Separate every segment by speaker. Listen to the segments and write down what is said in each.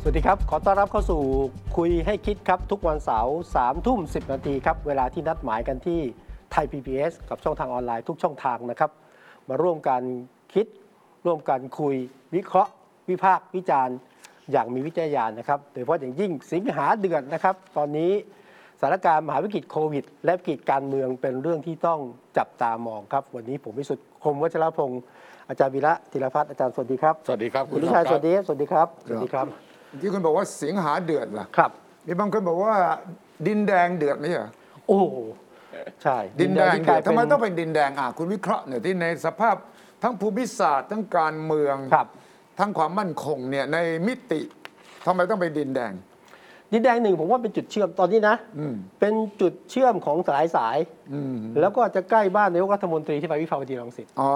Speaker 1: สวัสดีครับ ขอต้อนรับเข้าสู่คุยให้คิดครับ ทุกวันเสาร์สามทุ่มสินาทีครับ เวลาที่นัดหมายกันที่ไทย PBS กับช่องทางออนไลน์ทุกช่องทางนะครับ มาร่วมกันคิด ร่วมกันคุย วิเคราะห์ วิพากษ์วิจารณ์ อย่างมีวิจยานนะครับ โดยเฉพาะอย่างยิ่งสิงหาเดือนนะครับ ตอนนี้สถานการณ์มหาวิกฤตโควิด และวิกฤตการเมืองเป็นเรื่องที่ต้องจับตามองครับ วันนี้ผมวิสุทธิ์คมวัชรพงศ์อาจารย์วีระธีรพัฒน์อาจารย์สวัสดีครับ
Speaker 2: สวัสดีครับ
Speaker 1: คุณวิชัย
Speaker 2: ค
Speaker 1: ส
Speaker 2: รับ
Speaker 1: วัสดีครับสวัสดีครับสวัสดีครับ
Speaker 3: ที่คุณบอกว่าสิงหาเดือดล่ะ
Speaker 1: ครับ
Speaker 3: มีบางคนบอกว่าดินแดงเดือดไหมเหรอ
Speaker 1: โอ้โหใช่
Speaker 3: ดินแดง
Speaker 1: ที่
Speaker 3: เดือดทำไมต้อง
Speaker 1: เป็น
Speaker 3: เป็นดินแดงอ่ะคุณวิเคราะห์หน่อยที่ในสภาพทั้งภูมิศาสตร์ทั้งการเมือง
Speaker 1: ครับ
Speaker 3: ทั้งความมั่นคงเนี่ยในมิติทำไมต้องเป็นดินแดง
Speaker 1: ดินแดงหนึ่งผมว่าเป็นจุดเชื่อมตอนนี้นะ
Speaker 3: อืม
Speaker 1: เป็นจุดเชื่อมของสายสาย
Speaker 3: อืม
Speaker 1: แล้วก็จะใกล้บ้านนายกรัฐมนตรีที่ไปวิภาวดีรังสิต
Speaker 3: อ๋อ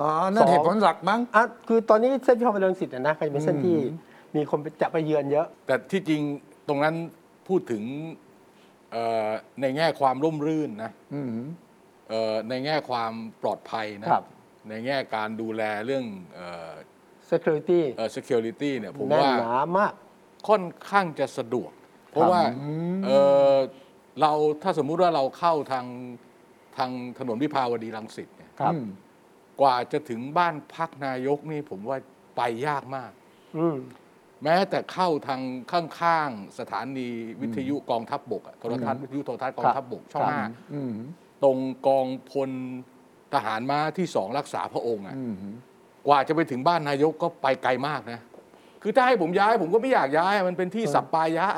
Speaker 3: อ๋อนั่
Speaker 1: สอน ง
Speaker 3: เหตุผลหลักมั้ง
Speaker 1: อ่ะคือตอนนี้เส้นวิภาวดีรังสิตเนี่ยนะก็จะเป็นเส้นที่มีคนไปจะไปเยือนเยอะ
Speaker 2: แต่ที่จริงตรงนั้นพูดถึงเอ่อในแง่ความร่มรื่นนะ
Speaker 3: อืม
Speaker 2: เอ่อในแง่ความปลอดภัยนะครับ ในแง่การดูแลเรื่องเอ่อ
Speaker 1: security
Speaker 2: เอ่อ security เนี่ยผม
Speaker 1: แน่น
Speaker 2: ว่า
Speaker 1: หนามาก
Speaker 2: ค่อนข้างจะสะดวก เพราะว่าเอ่อเราถ้าสมมุติว่าเราเข้าทางทางถนนวิภาวดีรังสิตเนี่ย
Speaker 1: ครับ
Speaker 3: อืม
Speaker 2: กว่าจะถึงบ้านพักนายกนี่ผมว่าไปยากมาก
Speaker 1: อืม
Speaker 2: แม้แต่เข้าทางข้างๆ สถานีวิทยุกองทัพบบกอะโทรทัศน์วิทยุโทรทัศน์กองทัพบบกช่อง
Speaker 1: ครับ
Speaker 2: ห้า
Speaker 3: อืม
Speaker 2: ตรงกองพลทหารม้าที่สองรักษาพระองค์อะ
Speaker 3: อืม
Speaker 2: กว่าจะไปถึงบ้านนายกก็ไปไกลมากนะ คือถ้าให้ผมย้ายผมก็ไม่อยากย้ายอะมันเป็นที่สัปปายะ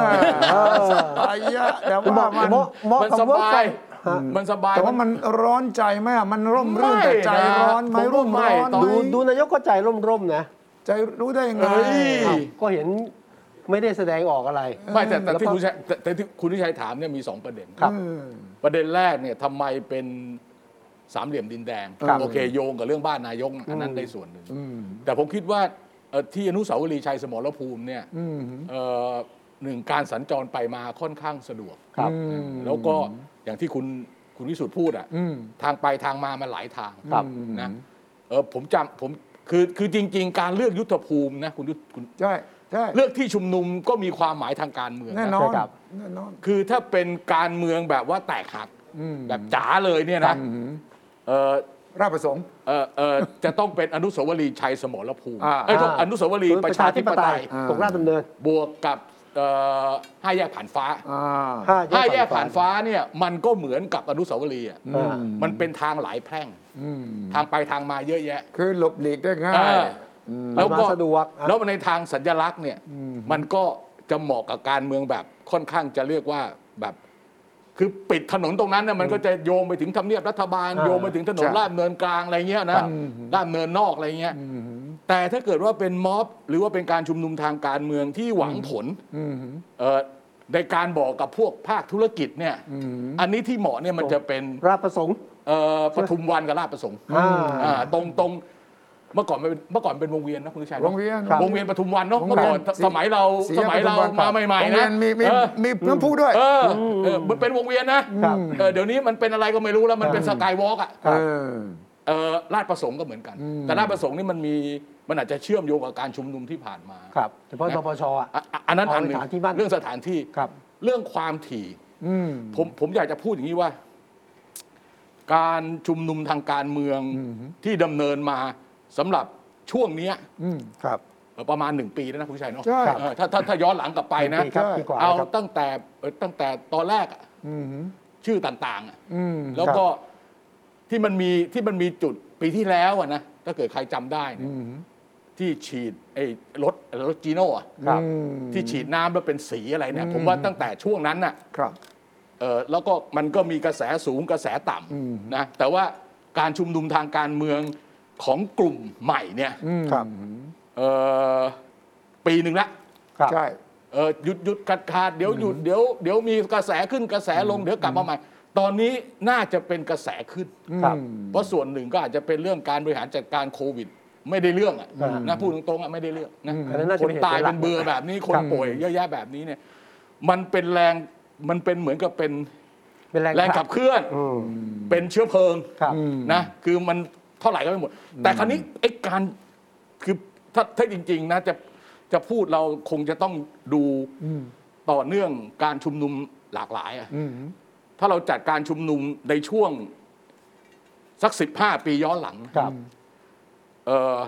Speaker 3: น่า
Speaker 1: เออ
Speaker 3: สบายอะแต่
Speaker 1: เห
Speaker 3: ว่า
Speaker 1: มาะ
Speaker 3: มัน
Speaker 1: เหมาะเหมาะ
Speaker 2: มัน
Speaker 1: กับ
Speaker 2: ส
Speaker 1: เวิร์ก
Speaker 2: บา
Speaker 1: ไฟ
Speaker 2: ยมันสบาย
Speaker 3: แต่ว่ามันร้อนใจไหมอ่ะมันร่มรื่นแต่ใจร้อนไหม
Speaker 2: ผ
Speaker 3: ร่
Speaker 2: ว่
Speaker 3: มร้อน
Speaker 2: ต
Speaker 3: ไหม
Speaker 1: ดูดูนายกก็ใจร่มๆนะ
Speaker 3: ใจรู้ได้ยังไง
Speaker 2: เอ้ย
Speaker 1: อ้าวก็เห็นไม่ได้แสดงออกอะไร
Speaker 2: ไม่แต่แต่ที่คุณชัยแต่แต่ที่คุณวิชัยถามเนี่ยมีสองประเด็น
Speaker 1: ครับ
Speaker 3: อืม
Speaker 2: ประเด็นแรกเนี่ยทำไมเป็นสามเหลี่ยมดินแดง
Speaker 3: ครับ
Speaker 2: โอเคโยงกับเรื่องบ้านนายกนะอันนั้นได้ส่วนหนึ่ง
Speaker 3: อืม
Speaker 2: แต่ผมคิดว่าเอ่อที่อนุสาวรีย์ชัยสมรภูมิเนี่ย
Speaker 3: อืม
Speaker 2: เอ่อหนึ่งการสัญจรไปมาค่อนข้างสะดวก
Speaker 1: ครับ
Speaker 3: อืม
Speaker 2: แล้วก็อย่างที่คุณคุณวิสุทธ์พูดอะ
Speaker 3: อืม
Speaker 2: ทางไปทางมามันหลายทาง
Speaker 1: ครับ
Speaker 2: นะเออผมจำผมคือคือจริง ๆ การเลือกยุทธภูมินะคุณยุทธคุณ
Speaker 3: ใช่ใช่
Speaker 2: เลือกที่ชุมนุมก็มีความหมายทางการเมืองะ
Speaker 3: แน่นอน
Speaker 1: ใช่ครับ
Speaker 3: แน่นอน
Speaker 2: คือถ้าเป็นการเมืองแบบว่าแตกหัก
Speaker 3: อืม
Speaker 2: แบบจ๋าเลยเนี่ยนะเออ
Speaker 3: ราชประสงค์
Speaker 2: เออเออจะต้องเป็นอนุสาวรีย์ชัยสมรภูมิ
Speaker 3: อ่า
Speaker 2: เอยต้องอนุสาวรีย์ประชาธิปไตย
Speaker 1: ตกราชดำเนิน
Speaker 2: บวกกับเอ่อห้าแยกผ่านฟ้า
Speaker 3: อ่า
Speaker 2: ห้าแยกผ่านฟ้าเนี่ยมันก็เหมือนกับอนุสาวรีย์อะ
Speaker 1: อ่า
Speaker 2: มันเป็นทางหลายแพร่ง
Speaker 3: อืม
Speaker 2: ทางไปทางมาเยอะแยะ
Speaker 3: คือหลบหลีกได้ง่าย
Speaker 2: อ่า
Speaker 3: อืม
Speaker 2: แล้วก็
Speaker 1: มาสะดวกอ่ะ
Speaker 2: แล้วในทางสัญลักษณ์เนี่ยมันก็จะเหมาะกับการเมืองแบบค่อนข้างจะเรียกว่าแบบคือปิดถนนตรงนั้นน่ะมันก็จะโยงไปถึงทำเนียบรัฐบาล
Speaker 1: อ่า
Speaker 2: โยงไปถึงถนนลาดเนินกลางอะไรเงี้ยนะลาดเนินนอกอะไรเงี้ยแต่ถ้าเกิดว่าเป็นม็อบ หรือว่าเป็นการชุมนุมทางการเมืองที่หวังผล
Speaker 3: อืม
Speaker 2: เอ่อในการบอกกับพวกภาคธุรกิจเนี่ยอันนี้ที่เหมาะเนี่ยมันจะเป็น
Speaker 1: ราชประสงค์
Speaker 2: เอ่อปทุมวันกับราชประสงค์
Speaker 1: อ่า
Speaker 2: อ่าตรงตรงเมื่อก่อนมันเป็นเมื่อก่อนเป็นวงเวียนนะคุณชัย
Speaker 3: โรงเรียน
Speaker 1: ครับ
Speaker 2: วงเวียนปทุมวันเนาะ
Speaker 3: โรง
Speaker 2: เมื่อ
Speaker 3: เรีย
Speaker 2: ก่อนสมัยเราสมัยเรามาใหม่
Speaker 3: โรง
Speaker 2: ๆ
Speaker 3: เรี
Speaker 2: นะ
Speaker 3: ยนมีมี
Speaker 2: เออ
Speaker 3: มีน้ำพุด้วย
Speaker 2: เออเออมันเป็นวงเวียนนะครับ เออเดี๋ยวนี้มันเป็นอะไรก็ไม่รู้แล้วมันเป็นสกายวอล์กอ่ะ
Speaker 3: เออ
Speaker 2: เออราชประสงค์ก็เหมือนกัน แต่ราชประสงค์นี่มันมีมันอาจจะเชื่อมโยงกับการชุมนุมที่ผ่านมา
Speaker 1: ครับเฉพาะนปชอ่ะ
Speaker 2: อ่ะอ่ะอันนั้นอันหนึ่ง
Speaker 1: เอาสถานที่บ้าน
Speaker 2: เรื่องสถานที่
Speaker 1: ครับ
Speaker 2: เรื่องความถี่
Speaker 3: อืม
Speaker 2: ผมผมอยากจะพูดอย่างนี้ว่า การชุมนุมทางการเมืองที่ดำเนินมาสำหรับช่วงเนี้ย
Speaker 3: อืม
Speaker 1: ครับ
Speaker 2: เอ่อประมาณหนึ่งปีแล้วนะคุณชัยเนาะ
Speaker 3: ใช่
Speaker 2: เออถ้าถ้าถ้าย้อนหลังกลับไปนะ
Speaker 1: ปีครับปีกว่า
Speaker 2: เอา
Speaker 1: ครับ
Speaker 2: ตั้งแต่เอ่อตั้งแต่ตอนแรกอะ
Speaker 3: อืม
Speaker 2: ชื่อต่างๆอะ
Speaker 3: อืม
Speaker 2: แล้วก็ที่มันมีที่มันมีจุดปีที่แล้วอะนะถ้าเกิดใครจำได้เนี่ย
Speaker 3: อืม
Speaker 2: ที่ฉีดไอ้รถรถจีโน่อะ
Speaker 1: ครับ
Speaker 3: อืม
Speaker 2: ที่ฉีดน้ำแล้วเป็นสีอะไรเนี่ย ผมว่าตั้งแต่ช่วงนั้นน่ะ
Speaker 3: ครับ
Speaker 2: เอ่อแล้วก็มันก็มีกระแสสูงกระแสต่
Speaker 3: อืม
Speaker 2: ำนะแต่ว่าการชุมนุมทางการเมืองของกลุ่มใหม่เนี่ย
Speaker 3: อืม
Speaker 1: ครับ
Speaker 2: เอ่อปีหนึ่งละ
Speaker 1: ครับ
Speaker 3: ใช่
Speaker 2: เออหยุดหยุดขาดขาดเดี๋ยวหยุดเดี๋ยวเดี๋ยวมีกระแสขึ้นกระแสลงเดี๋ยวกลับมาใหม่ ตอนนี้น่าจะเป็นกระแสขึ้น
Speaker 1: ครับ
Speaker 2: เพราะส่วนหนึ่งก็อาจจะเป็นเรื่องการบริหารจัดการโควิด ไม่ได้เรื่องอะ
Speaker 1: อ่า
Speaker 2: นะพูดตรงๆอะไม่ได้เรื่องนะ
Speaker 1: อันนั้นน่าจะ
Speaker 2: ค
Speaker 1: เป็น
Speaker 2: น
Speaker 1: เหตุ
Speaker 2: ตาย
Speaker 1: หลัก
Speaker 2: เป็
Speaker 1: ๆ
Speaker 2: นเบื่อแบบนี้คน
Speaker 1: ครับ
Speaker 2: ป่วยเยอะแยะแบบนี้เนี่ย มันเป็นแรงมันเป็นเหมือนกับเป็น
Speaker 1: เป็นแรง
Speaker 2: แรงขับเคลื่อน
Speaker 1: อืม
Speaker 2: เป็นเชื้อเพลิง
Speaker 1: ครับ
Speaker 2: นะคือมันเท่าไหร่ก็ไม่หมด แต่คราวนี้ไอ้การคือถ้าถ้าจริง ๆ นะจะจะพูดเราคงจะต้องดูต่อเนื่องการชุมนุมหลากหลายอะถ้าเราจัดการชุมนุมในช่วงสักสิบห้าปีย้อนหลัง
Speaker 1: ครับ
Speaker 2: เออ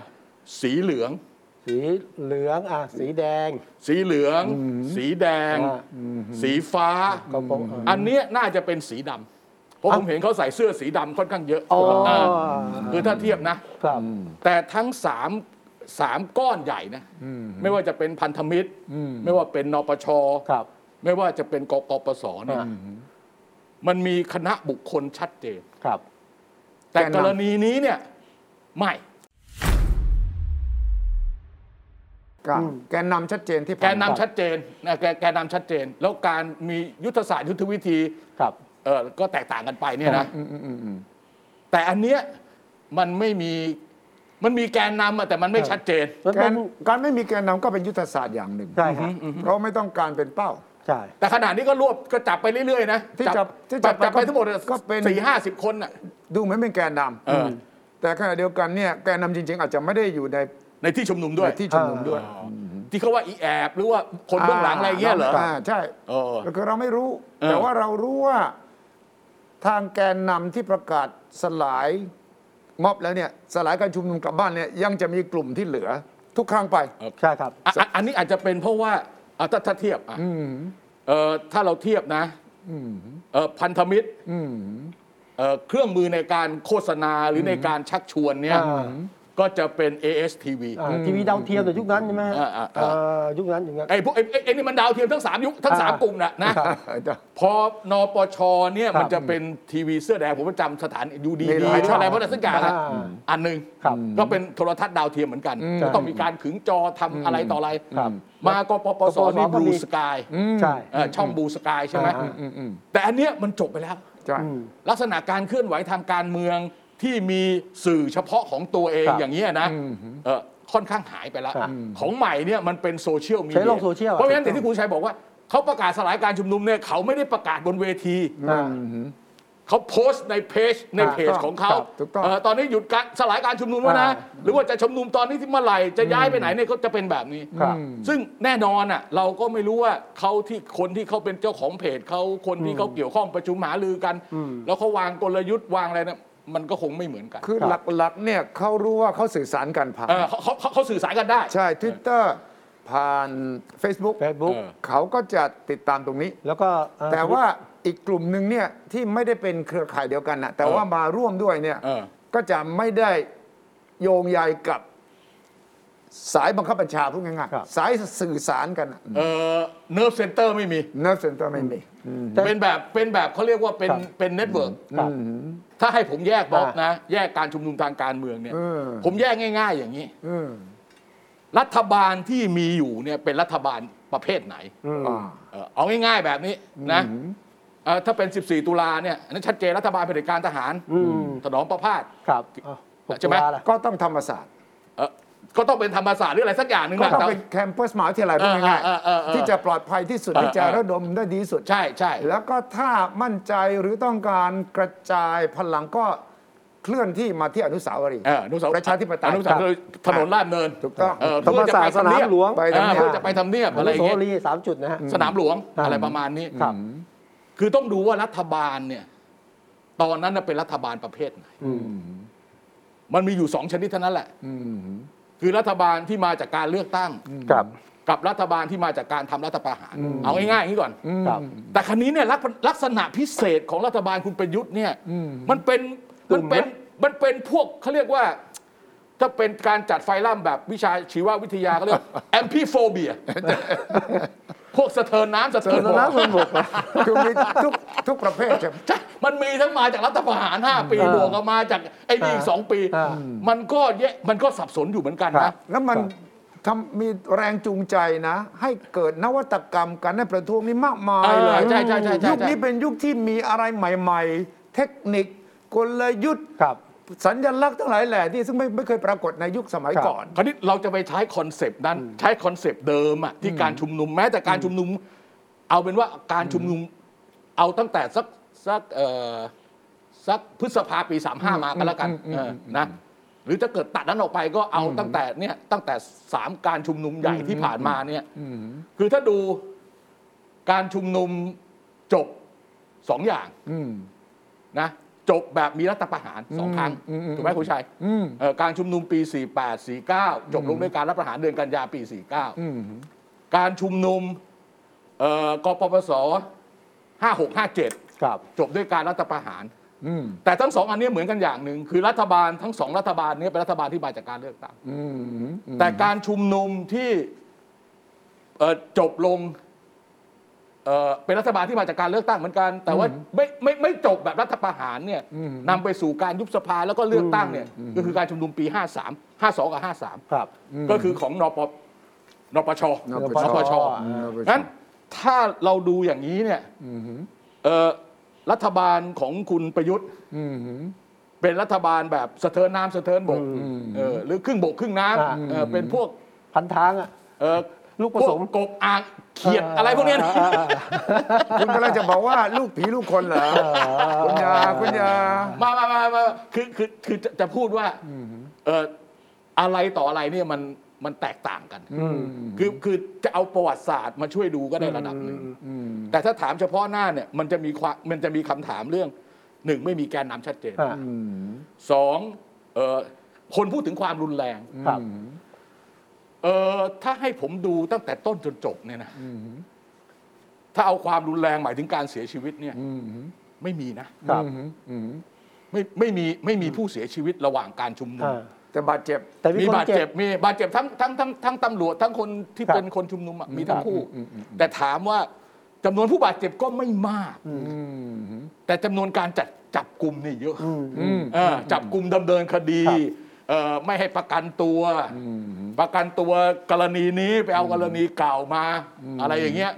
Speaker 2: สีเหลือง
Speaker 1: สีเหลืองอ่ะสีแดง
Speaker 2: สีเหลือง สีแดง
Speaker 1: อ่ะ
Speaker 2: สีฟ้า
Speaker 1: ก็พบ
Speaker 2: อันเนี้ยน่าจะเป็นสีดำเพราะผมเห็นเขาใส่เสื้อสีดำค่อนข้างเยอะ
Speaker 1: อ๋ออ่ะ
Speaker 2: าคือถ้าเทียบนะ
Speaker 1: ครับ
Speaker 2: แต่ทั้งสามสามก้อนใหญ่นะไม่ว่าจะเป็นพันธมิตร ไม่ว่าเป็นนปช
Speaker 1: ครับ
Speaker 2: ไม่ว่าจะเป็นกกปสเนี่ย
Speaker 1: อ่า
Speaker 2: มันมีคณะบุคคลชัดเจน
Speaker 1: ครับ
Speaker 2: แต่
Speaker 3: แกนนำ
Speaker 2: กรณีนี้เนี่ยไม่
Speaker 3: การแกนนำชัดเจนที่
Speaker 2: แก
Speaker 3: ผ่าน มาน
Speaker 2: ำชัดเจนนะแกแกนนำชัดเจน แล้วการมียุทธศาสตร์ยุทธวิธี
Speaker 1: ครับ
Speaker 2: เออก็แตกต่างกันไปเนี่ยนะ
Speaker 3: อืมอืมอืมอืม
Speaker 2: แต่อันเนี้ยมันไม่มีมันมีแกนนำอะแต่มันไม่ชัดเจน
Speaker 1: มัน
Speaker 3: แก
Speaker 1: เป็น
Speaker 3: นการไม่มีแกนนำก็เป็นยุทธศาสตร์อย่างหนึ่ง
Speaker 1: ใช่ครับ
Speaker 3: เพราะไม่ต้องการเป็นเป้า
Speaker 1: ใช่
Speaker 2: แต่ขนาดนี้ก็รวบก็จับไปเรื่อยๆนะ
Speaker 3: ที่จับที่จับ
Speaker 2: จับไปทั้งหมด
Speaker 3: ก็เป็น
Speaker 2: สี่ห้าสิบคนอ่ะ
Speaker 3: ดูเหมือนเป็นแกนน
Speaker 2: เออ
Speaker 3: ำแต่ขณะเดียวกันเนี่ยแกนนำจริง ๆ อาจจะไม่ได้อยู่ใน
Speaker 2: ในที่ชุมนุมด้วย
Speaker 3: ในที่ชุมนุมด้วย
Speaker 2: อ๋อที่เขาว่าอีแอบหรือว่าคนเบื้องหลังอะไรเงี้ยเหรอ
Speaker 3: าใช่
Speaker 2: เออ
Speaker 3: คือเราไม่รู้
Speaker 2: เออ
Speaker 3: แต่ว่าเรารู้ว่าทางแกนนำที่ประกาศสลายม็อบแล้วเนี่ยสลายการชุมนุมกลับบ้านเนี่ยยังจะมีกลุ่มที่เหลือ ทุกครั้งไป
Speaker 1: ใช่ครับ
Speaker 2: อ่ะอ่ะอันนี้อาจจะเป็นเพราะว่าอ่ะถ้าถ้าเทียบอ่ะเออถ้าเราเทียบนะเออพันธมิตรเออเครื่องมือในการโฆษณาหรือในการชักชวนเนี่ย
Speaker 1: อ่า
Speaker 2: ก็จะเป็น ASTV
Speaker 1: อ่าทีวีดาวเทียมแต่ยุคนั้นใช่ไหมฮะ
Speaker 2: อ่าอ่าอ่า
Speaker 1: เอ่อยุคนั้นอย่างนั้น
Speaker 2: ไอ้พวกไอ้ไอ้ไอ้นี่มันดาวเทียมทั้งสามยุคทั้งสาม
Speaker 1: อ่าก
Speaker 2: ลุ่มนะนะ พอนปชเนี่ย
Speaker 1: ครับ
Speaker 2: มันจะเป็นทีวีเสื้อแดงผมประจำสถานยูดี
Speaker 3: มี
Speaker 2: ดี
Speaker 3: หลายช่อง
Speaker 2: อะไรเพราะอะไรสักอย่างอะ
Speaker 1: อ่า
Speaker 2: อันหนึ่ง
Speaker 1: ครับ
Speaker 2: ก็เป็นโทรทัศน์ดาวเทียมเหมือนกันก็ต้องมีการขึงจอทำอะไรต่ออะไร
Speaker 1: ครับ
Speaker 2: มากปปสนี่
Speaker 1: ก็
Speaker 2: บ
Speaker 1: มี
Speaker 2: ลูสกาย
Speaker 1: ใช่
Speaker 2: ช่องบลูสกายใช่ไหม
Speaker 1: อ่า
Speaker 2: แต่อันเนี้ยมันจบไปแล้ว
Speaker 3: ใช่
Speaker 1: อืม
Speaker 2: ลักษณะการเคลื่อนไหวทางการเมืองที่มีสื่อเฉพาะของตัวเอง
Speaker 1: ครับ
Speaker 2: อย่างนี้ยนะเออค่อนข้างหายไปแล้ว
Speaker 1: ครับ
Speaker 2: ของใหม่เนี่ยมันเป็นโซเชียลมีเดี
Speaker 1: ใช้โลกโซเชียลอะ
Speaker 2: เพราะงั้น
Speaker 1: ถูกต้อง
Speaker 2: ที่คุณชัยบอกว่าเขาประกาศสลายการชุมนุมเนี่ยเขาไม่ได้ประกาศบนเวที
Speaker 1: อ่า
Speaker 2: เขาโพสต์ในเพจในเพจของเขา
Speaker 3: ครับถูกต้อง
Speaker 2: เอ่อตอนนี้หยุดการสลายการชุมนุมแล้วนะ
Speaker 1: อ่า
Speaker 2: หรือว่าจะชุมนุมตอนนี้ที่เมื่อไหร่จะย้ายไปไหนเนี่ยก็จะเป็นแบบนี้
Speaker 1: ครับ
Speaker 2: ซึ่งแน่นอนอ่ะเราก็ไม่รู้ว่าเขาที่คนที่เขาเป็นเจ้าของเพจเขาคนที่เขาเกี่ยวข้องประชุมหารือกัน
Speaker 1: อืม
Speaker 2: แล้วเขาวางกลยุทธ์วางอะไรเนะมันก็คงไม่เหมือนกัน
Speaker 3: คือหลักๆเนี่ยเขารู้ว่าเขาสื่อสารกันผ่าน
Speaker 2: เอ่อเขาเขาเขาเขาสื่อสารกันได้
Speaker 3: ใช่ Twitter ผ่าน Facebook
Speaker 1: เฟซบุ๊ก
Speaker 2: เออ
Speaker 3: เขาก็จะติดตามตรงนี้
Speaker 1: แล้วก็เอ่อ
Speaker 3: แต่ว่าอีกกลุ่มหนึ่งเนี่ยที่ไม่ได้เป็นเครือข่ายเดียวกันนะแต่ว่ามาร่วมด้วยเนี่ย
Speaker 2: เออ
Speaker 3: ก็จะไม่ได้โยงใยกับสายบังคับบัญชาพูดง่าย
Speaker 1: ครับ
Speaker 3: ๆสายสื่อสารกัน
Speaker 2: เออเนิร์ฟเซ็นเตอร์ไม่มี
Speaker 3: เนิร์ฟเซ็นเตอร์ไม่มี
Speaker 1: แต่
Speaker 2: เป็นแบบเป็นแบบเขาเรียกว่าเป็น
Speaker 1: ครับ
Speaker 2: เป็นเน็ตเวิร์ก
Speaker 1: ครับ
Speaker 2: ถ้าให้ผมแยกบล็อก
Speaker 1: อ่าน
Speaker 2: นะ แยกการชุมนุมทางการเมืองเนี่ย
Speaker 3: เออ
Speaker 2: ผมแยกง่าย ๆ อย่างนี้
Speaker 3: อืม
Speaker 2: รัฐบาลที่มีอยู่เนี่ยเป็นรัฐบาลประเภทไหน
Speaker 1: อืม
Speaker 3: อ่า
Speaker 2: เอ่อเอาง่ายๆแบบนี้นะเอ่อถ้าเป็น 14 ตุลาเนี่ยอันนั้นชัดเจนรัฐบาลเผด็จการทหาร
Speaker 1: อืม
Speaker 2: ถนอมประพาส
Speaker 1: ครับอ่ะก
Speaker 2: ใช่ไหม
Speaker 1: ตุลาล่ะ
Speaker 3: ก็ต้องธรรมศาสตร์
Speaker 2: เอ่อก็ต้องเป็นธรรมศาสตร์หรืออะไรสักอย่างหนึ่ง
Speaker 3: ก็
Speaker 2: แหละ
Speaker 3: ต้อง
Speaker 2: แต่
Speaker 3: เป็นแคมปัสมหาวิทยาลัยพูดง่าย
Speaker 2: เออเออเออเออ
Speaker 3: ๆที่จะปลอดภัยที่สุด
Speaker 2: เออ
Speaker 3: ที่จะ
Speaker 2: เออ
Speaker 3: ระดมได้ดีที่สุด
Speaker 2: ใช่ใช่
Speaker 3: แล้วก็ถ้ามั่นใจหรือต้องการกระจายพลังก็เคลื่อนที่มาที่อนุสาวรีย์
Speaker 2: เอ่ออนุสาว
Speaker 3: ประชาธิปไตย
Speaker 2: อนุสาวรีย์ถนนลาดเนิน
Speaker 3: ถูกต้อง
Speaker 2: เเพื่อจะไป
Speaker 1: ธรรมศาสตร์สนามหลวง
Speaker 2: ไปทำเนียบเออเพื่อจะไปทำเนียบ
Speaker 1: อ
Speaker 2: อะไร
Speaker 1: นุ
Speaker 2: อย่า
Speaker 1: สาง ว
Speaker 2: เงี้ย
Speaker 1: รีย์สามจุดนะฮะ
Speaker 2: สนามหลวง
Speaker 1: อ่า
Speaker 2: อะไรประมาณนี้
Speaker 1: ครับ
Speaker 2: คือต้องดูว่ารัฐบาลเนี่ยตอนนั้นน่ะเป็นรัฐบาลประเภทไหน
Speaker 1: อืม
Speaker 2: มันมีอยู่สองชนิดเท่านั้นแหละคือรัฐบาลที่มาจากการเลือกตั้ง
Speaker 1: ครับ
Speaker 2: กับรัฐบาลที่มาจากการทำรัฐประหาร เอาง่ายๆอย่างนี้ก่อน
Speaker 1: ครับ
Speaker 2: แต่ครั้นี้เนี่ยลักลักษณะพิเศษของรัฐบาลคุณประยุทธ์เนี่ยมันเป็น
Speaker 1: กลุ่
Speaker 2: มัน
Speaker 1: ม
Speaker 2: เป็น
Speaker 1: นะ
Speaker 2: มันเป็นพวกเขาเรียกว่า ถ้าเป็นการจัดไฟล่ำแบบวิชาชีววิทยาเขาเรียกแอมพิโฟเบีย พวกสะเทินน้ำสะเทิน
Speaker 1: สนาม
Speaker 2: บก
Speaker 1: สนุกนะ
Speaker 3: คือมีทุกทุกประเภทใช่ไหม
Speaker 2: ใช่มันมีทั้งมาจากรัฐประหาร 5 ปี
Speaker 1: อ่า
Speaker 2: บวกกับมาจากไอ้นี่อีกสองปี
Speaker 1: อ่า
Speaker 2: มันก็แยะมันก็สับสนอยู่เหมือนกัน
Speaker 3: ครั
Speaker 2: นะ
Speaker 3: บแล้วมัน ทำมีแรงจูงใจนะ ให้เกิดนวัตกรรมการให้ประท้วงนี่มากมายเล
Speaker 2: เอย อใช่ใช่ใช่ใช่
Speaker 3: ยุคนี้เป็นยุคที่มีอะไรใหม่ ๆ เทคนิคกลยุทธ์
Speaker 1: ครับ
Speaker 3: สัญลักษณ์ทั้งหลายแหล่ที่ซึ่งไม่ไม่เคยปรากฏในยุคสมัย
Speaker 1: ครับ
Speaker 3: ก่อน
Speaker 2: คราวนี้เราจะไปใช้คอนเซปต์นั้น ใช้คอนเซปต์เดิมอะที่การชุมนุมแม้แต่การชุมนุม เอาเป็นว่าการชุมนุมเอาตั้งแต่สักสักเอ่อสักพฤษภาปี 35 มากันแล้วกันเออนะหรือจะเกิดตัดนั้นออกไปก็เอาตั้งแต่เนี่ยตั้งแต่สามการชุมนุมใหญ่ที่ผ่านมาเนี่ยคือถ้าดูการชุมนุมจบสองอย่างนะจบแบบมีรัฐประหารสองครั้งถูกไหมคุณชัย
Speaker 3: อืม
Speaker 2: เอ่อการชุมนุมปี 48 49 จบลงด้วยการรับประหารเดือนกันยาปี 49 การชุมนุมเอ่อกปปส 56 57
Speaker 1: ครับ
Speaker 2: จบด้วยการรัฐประหาร
Speaker 3: อืม
Speaker 2: แต่ทั้งสองอันเนี้ยเหมือนกันอย่างหนึ่ง คือรัฐบาลทั้งสองรัฐบาลเนี้เป็นรัฐบาลที่มาจากการเลือกตั้ง
Speaker 3: อืมอืม
Speaker 2: แต่การชุมนุมที่เอ่อจบลงเอ่อเป็นรัฐบาลที่มาจากการเลือกตั้งเหมือนกัน แต่ว่าไม่ไม่ไม่จบแบบรัฐประหารเนี่ยนำไปสู่การยุบสภาแล้วก็เลือกตั้งเนี่ยก็คือการชุมนุมปี 53 52 กับ
Speaker 1: ครับ
Speaker 2: 53 ก็คือของนปนปช
Speaker 3: น
Speaker 1: ป
Speaker 3: ป
Speaker 1: ช
Speaker 3: ช
Speaker 2: นปช
Speaker 3: อืมปช
Speaker 2: งั้นถ้าเราดูอย่างนี้เนี่ยเอ่อรัฐบาลของคุณประยุทธ์
Speaker 3: อืม
Speaker 2: เป็นรัฐบาลแบบสะเทินน้ำสะเทินบกเออหรือครึ่งบกครึ่งน้
Speaker 1: อ่า
Speaker 2: ำเออเป็นพวก
Speaker 1: พันทางอ่ะ
Speaker 2: เอ่อ
Speaker 1: ลูกผสม
Speaker 2: พวกบอ่างเขียดอะไรพวกเนี้ยนะ
Speaker 3: คุณกำลังจะบอกว่าลูกผีลูกคนเหรอคุณยาคุณยา
Speaker 2: มามามามาคือคือคือจะจะพูดว่าเอออะไรต่ออะไรเนี่ยมันมันแตกต่างกันคือคือจะเอาประวัติศาสตร์มาช่วยดูก็ได้ระดับหนึ่งแต่ถ้าถามเฉพาะหน้าเนี่ยมันจะมีความมันจะมีคำถามเรื่องหนึ่งไม่มีแกนนำชัดเจน
Speaker 1: อ่า
Speaker 2: สองเออคนพูดถึงความรุนแรง
Speaker 1: ครับ
Speaker 2: เออถ้าให้ผมดูตั้งแต่ต้นจนจบเนี่ยนะถ้าเอาความรุนแรงหมายถึงการเสียชีวิตเนี่ยไม่มีนะ
Speaker 1: ครับ
Speaker 2: ไม่ไม่มีไม่มีผู้เสียชีวิตระหว่างการชุมนุม
Speaker 1: อ่า
Speaker 3: แต่บาดเจ็บ
Speaker 1: แต่มี
Speaker 2: มี
Speaker 1: คน
Speaker 2: บาด
Speaker 1: เจ็
Speaker 2: เจ็
Speaker 1: บ
Speaker 2: บมีบาดเจ็บทั้งทั้งทั้งทั้งตำรวจทั้งคนที่
Speaker 1: ครับ
Speaker 2: เป็นคนชุมนุมอะมีทั้
Speaker 1: ค
Speaker 2: ง
Speaker 1: รับ
Speaker 2: คู่ แต่ถามว่าจำนวนผู้บาดเจ็บก็ไม่มาก แต่จำนวนการจัดจับกลุ่มเนี่ยเยอะ
Speaker 1: อืม
Speaker 2: เออจับกลุ่มดำเนินคดี
Speaker 1: ครับ
Speaker 2: เอ่อไม่ให้ประกันตัว ประกันตัวกรณีนี้ไปเอากรณีเก่ามา อะไรอย่างเงี้ย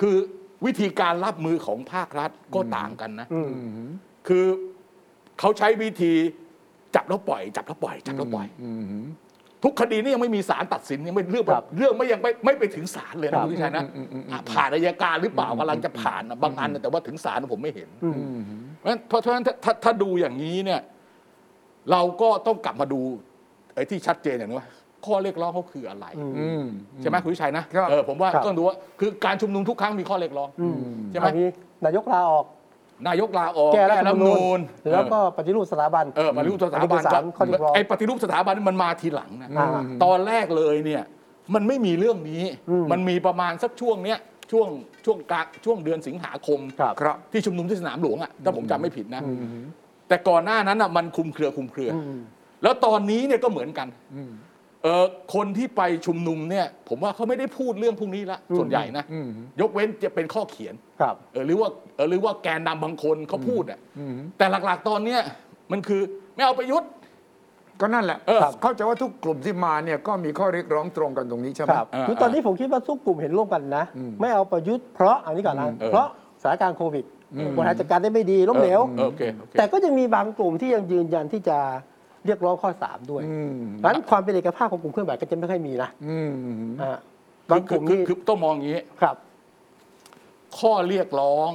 Speaker 2: คือวิธีการรับมือของภาครัฐก็ต่างกันนะ
Speaker 1: อืม
Speaker 2: คือเขาใช้วิธีจับแล้วปล่อย จับแล้วปล่อย จับแล้วปล่อยทุกคดีนี่ยังไม่มีศาลตัดสินยังไม่เรื่อง
Speaker 1: ครับ
Speaker 2: เรื่องไม่ยังไม่ไม่ไปถึงศาลเลย
Speaker 1: ครั
Speaker 2: นะ
Speaker 1: บ
Speaker 2: คุณชัยนะอ่ะผ่านอายการหรือเปล่ากำลังจะผ่านนะบางอันนะแต่ว่าถึงศาลผมไม่เห็น
Speaker 1: อืม
Speaker 2: เพราะฉะนั้นเพราะฉะนั้นถ้าถ้าถ้าดูอย่างนี้เนี่ย เราก็ต้องกลับมาดูไอ้ที่ชัดเจนอย่างนี้ว่าข้อเรียกร้องเขาคืออะไร
Speaker 3: อืม
Speaker 2: ใช่ไหมคุณวิชัยนะครับ เออผมว่า
Speaker 1: ครับ
Speaker 2: ต้องดูว่าคือการชุมนุมทุกครั้งมีข้อเรียกร้อง
Speaker 1: อืม
Speaker 2: ใช่ไหม
Speaker 1: อันนี้นายกลาออก
Speaker 2: นายกลาออก
Speaker 1: แก้รัฐธรรมนูญ
Speaker 2: เออ
Speaker 1: แล้วก็ปฏิรูปสถาบัน
Speaker 2: เออปฏิรูปสถาบัน
Speaker 1: อัคือสามข้อเรียกร้อง
Speaker 2: ไอ้ปฏิรูปสถาบันนี่มันมาทีหลังนะ
Speaker 1: อ่า
Speaker 2: ตอนแรกเลยเนี่ย มันไม่มีเรื่องนี้
Speaker 1: อืม
Speaker 2: มันมีประมาณสักช่วงเนี้ยช่วงช่วงกลางช่วงเดือนสิงหาคม
Speaker 1: ครับ
Speaker 3: ครับ
Speaker 2: ที่ชุมนุมที่สนามหลวงอะถ้าผมจำไม่ผิดนะ แต่ก่อนหน้านั้นอะมันคลุมเครือคลุมเครืออ
Speaker 1: ม
Speaker 2: แล้วตอนนี้เนี่ยก็เหมือนกันเออคนที่ไปชุมนุมเนี่ย ผมว่าเขาไม่ได้พูดเรื่องพวกนี้ละส่วนใหญ่นะยกเว้นจะเป็นข้อเขียน
Speaker 1: ครับ
Speaker 2: เออหรือว่าเออหรือว่าแกนนำบางคนเขาพูดอ่ะแต่หลักๆตอนเนี้ยมันคือไม่เอาประยุทธ์
Speaker 3: ก็นั่นแหละ
Speaker 2: เออ
Speaker 3: เข้าใจว่าทุกกลุ่มที่มาเนี่ยก็มีข้อเรียกร้องตรงกันตรงนี้ใช่ไหม
Speaker 1: ครับ
Speaker 2: อ่า
Speaker 1: คือตอนนี้ผมคิดว่าทุกกลุ่มเห็นร่วมกันนะ ไม่เอาประยุทธ์เพราะอันนี้ก่อนนะ
Speaker 2: เออ
Speaker 1: เพราะสถานการณ์โควิดบริหารจัดการได้ไม่ดีล้มเหลว
Speaker 2: ออโอเคโอเค
Speaker 1: แต่ก็ยังมีบางกลุ่มที่ยังยืนยันที่จะเรียกร้องข้อ 3 ด้วยดังนั้นความเป็นเอกภาพของกลุ่มเครื่องแบบก็จะไม่ค่อยมีนะอ่าบางก
Speaker 2: คือ
Speaker 1: ลุ่ม
Speaker 2: คือ
Speaker 1: นี่
Speaker 2: คือต้องมองอย่างนี้
Speaker 1: ครับ
Speaker 2: ข้อเรียกร้อง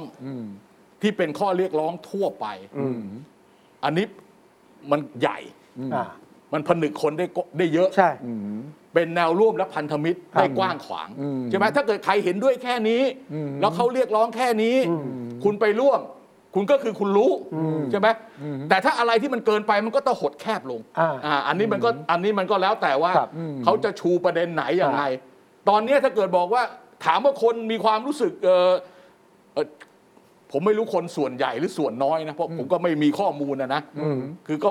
Speaker 2: ที่เป็นข้อเรียกร้องทั่วไปอันนี้มันใหญ่
Speaker 1: อ่า
Speaker 2: มันผนึกคนได้ก็ได้เยอะ
Speaker 1: ใช่
Speaker 2: เป็นแนวร่วมและพันธมิตรได้กว้างขวางใช่ไหมถ้าเกิดใครเห็นด้วยแค่นี้ แล้วเขาเรียกร้องแค่นี้ คุณไปร่วม คุณก็คือคุณรู้ใช่ไหมแต่ถ้าอะไรที่มันเกินไปมันก็ต้องหดแคบลง
Speaker 1: อ่า
Speaker 2: อ่าอันนี้มันก็อันนี้มันก็แล้วแต่ว่า
Speaker 1: ครับ
Speaker 2: เขาจะชูประเด็นไหนอย่างไร ตอนเนี้ยถ้าเกิดบอกว่าถามว่าคนมีความรู้สึกเอ่อเอ่อผมไม่รู้คนส่วนใหญ่หรือส่วนน้อยนะเพราะผมก็ไม่มีข้อมูลนะนะคือก็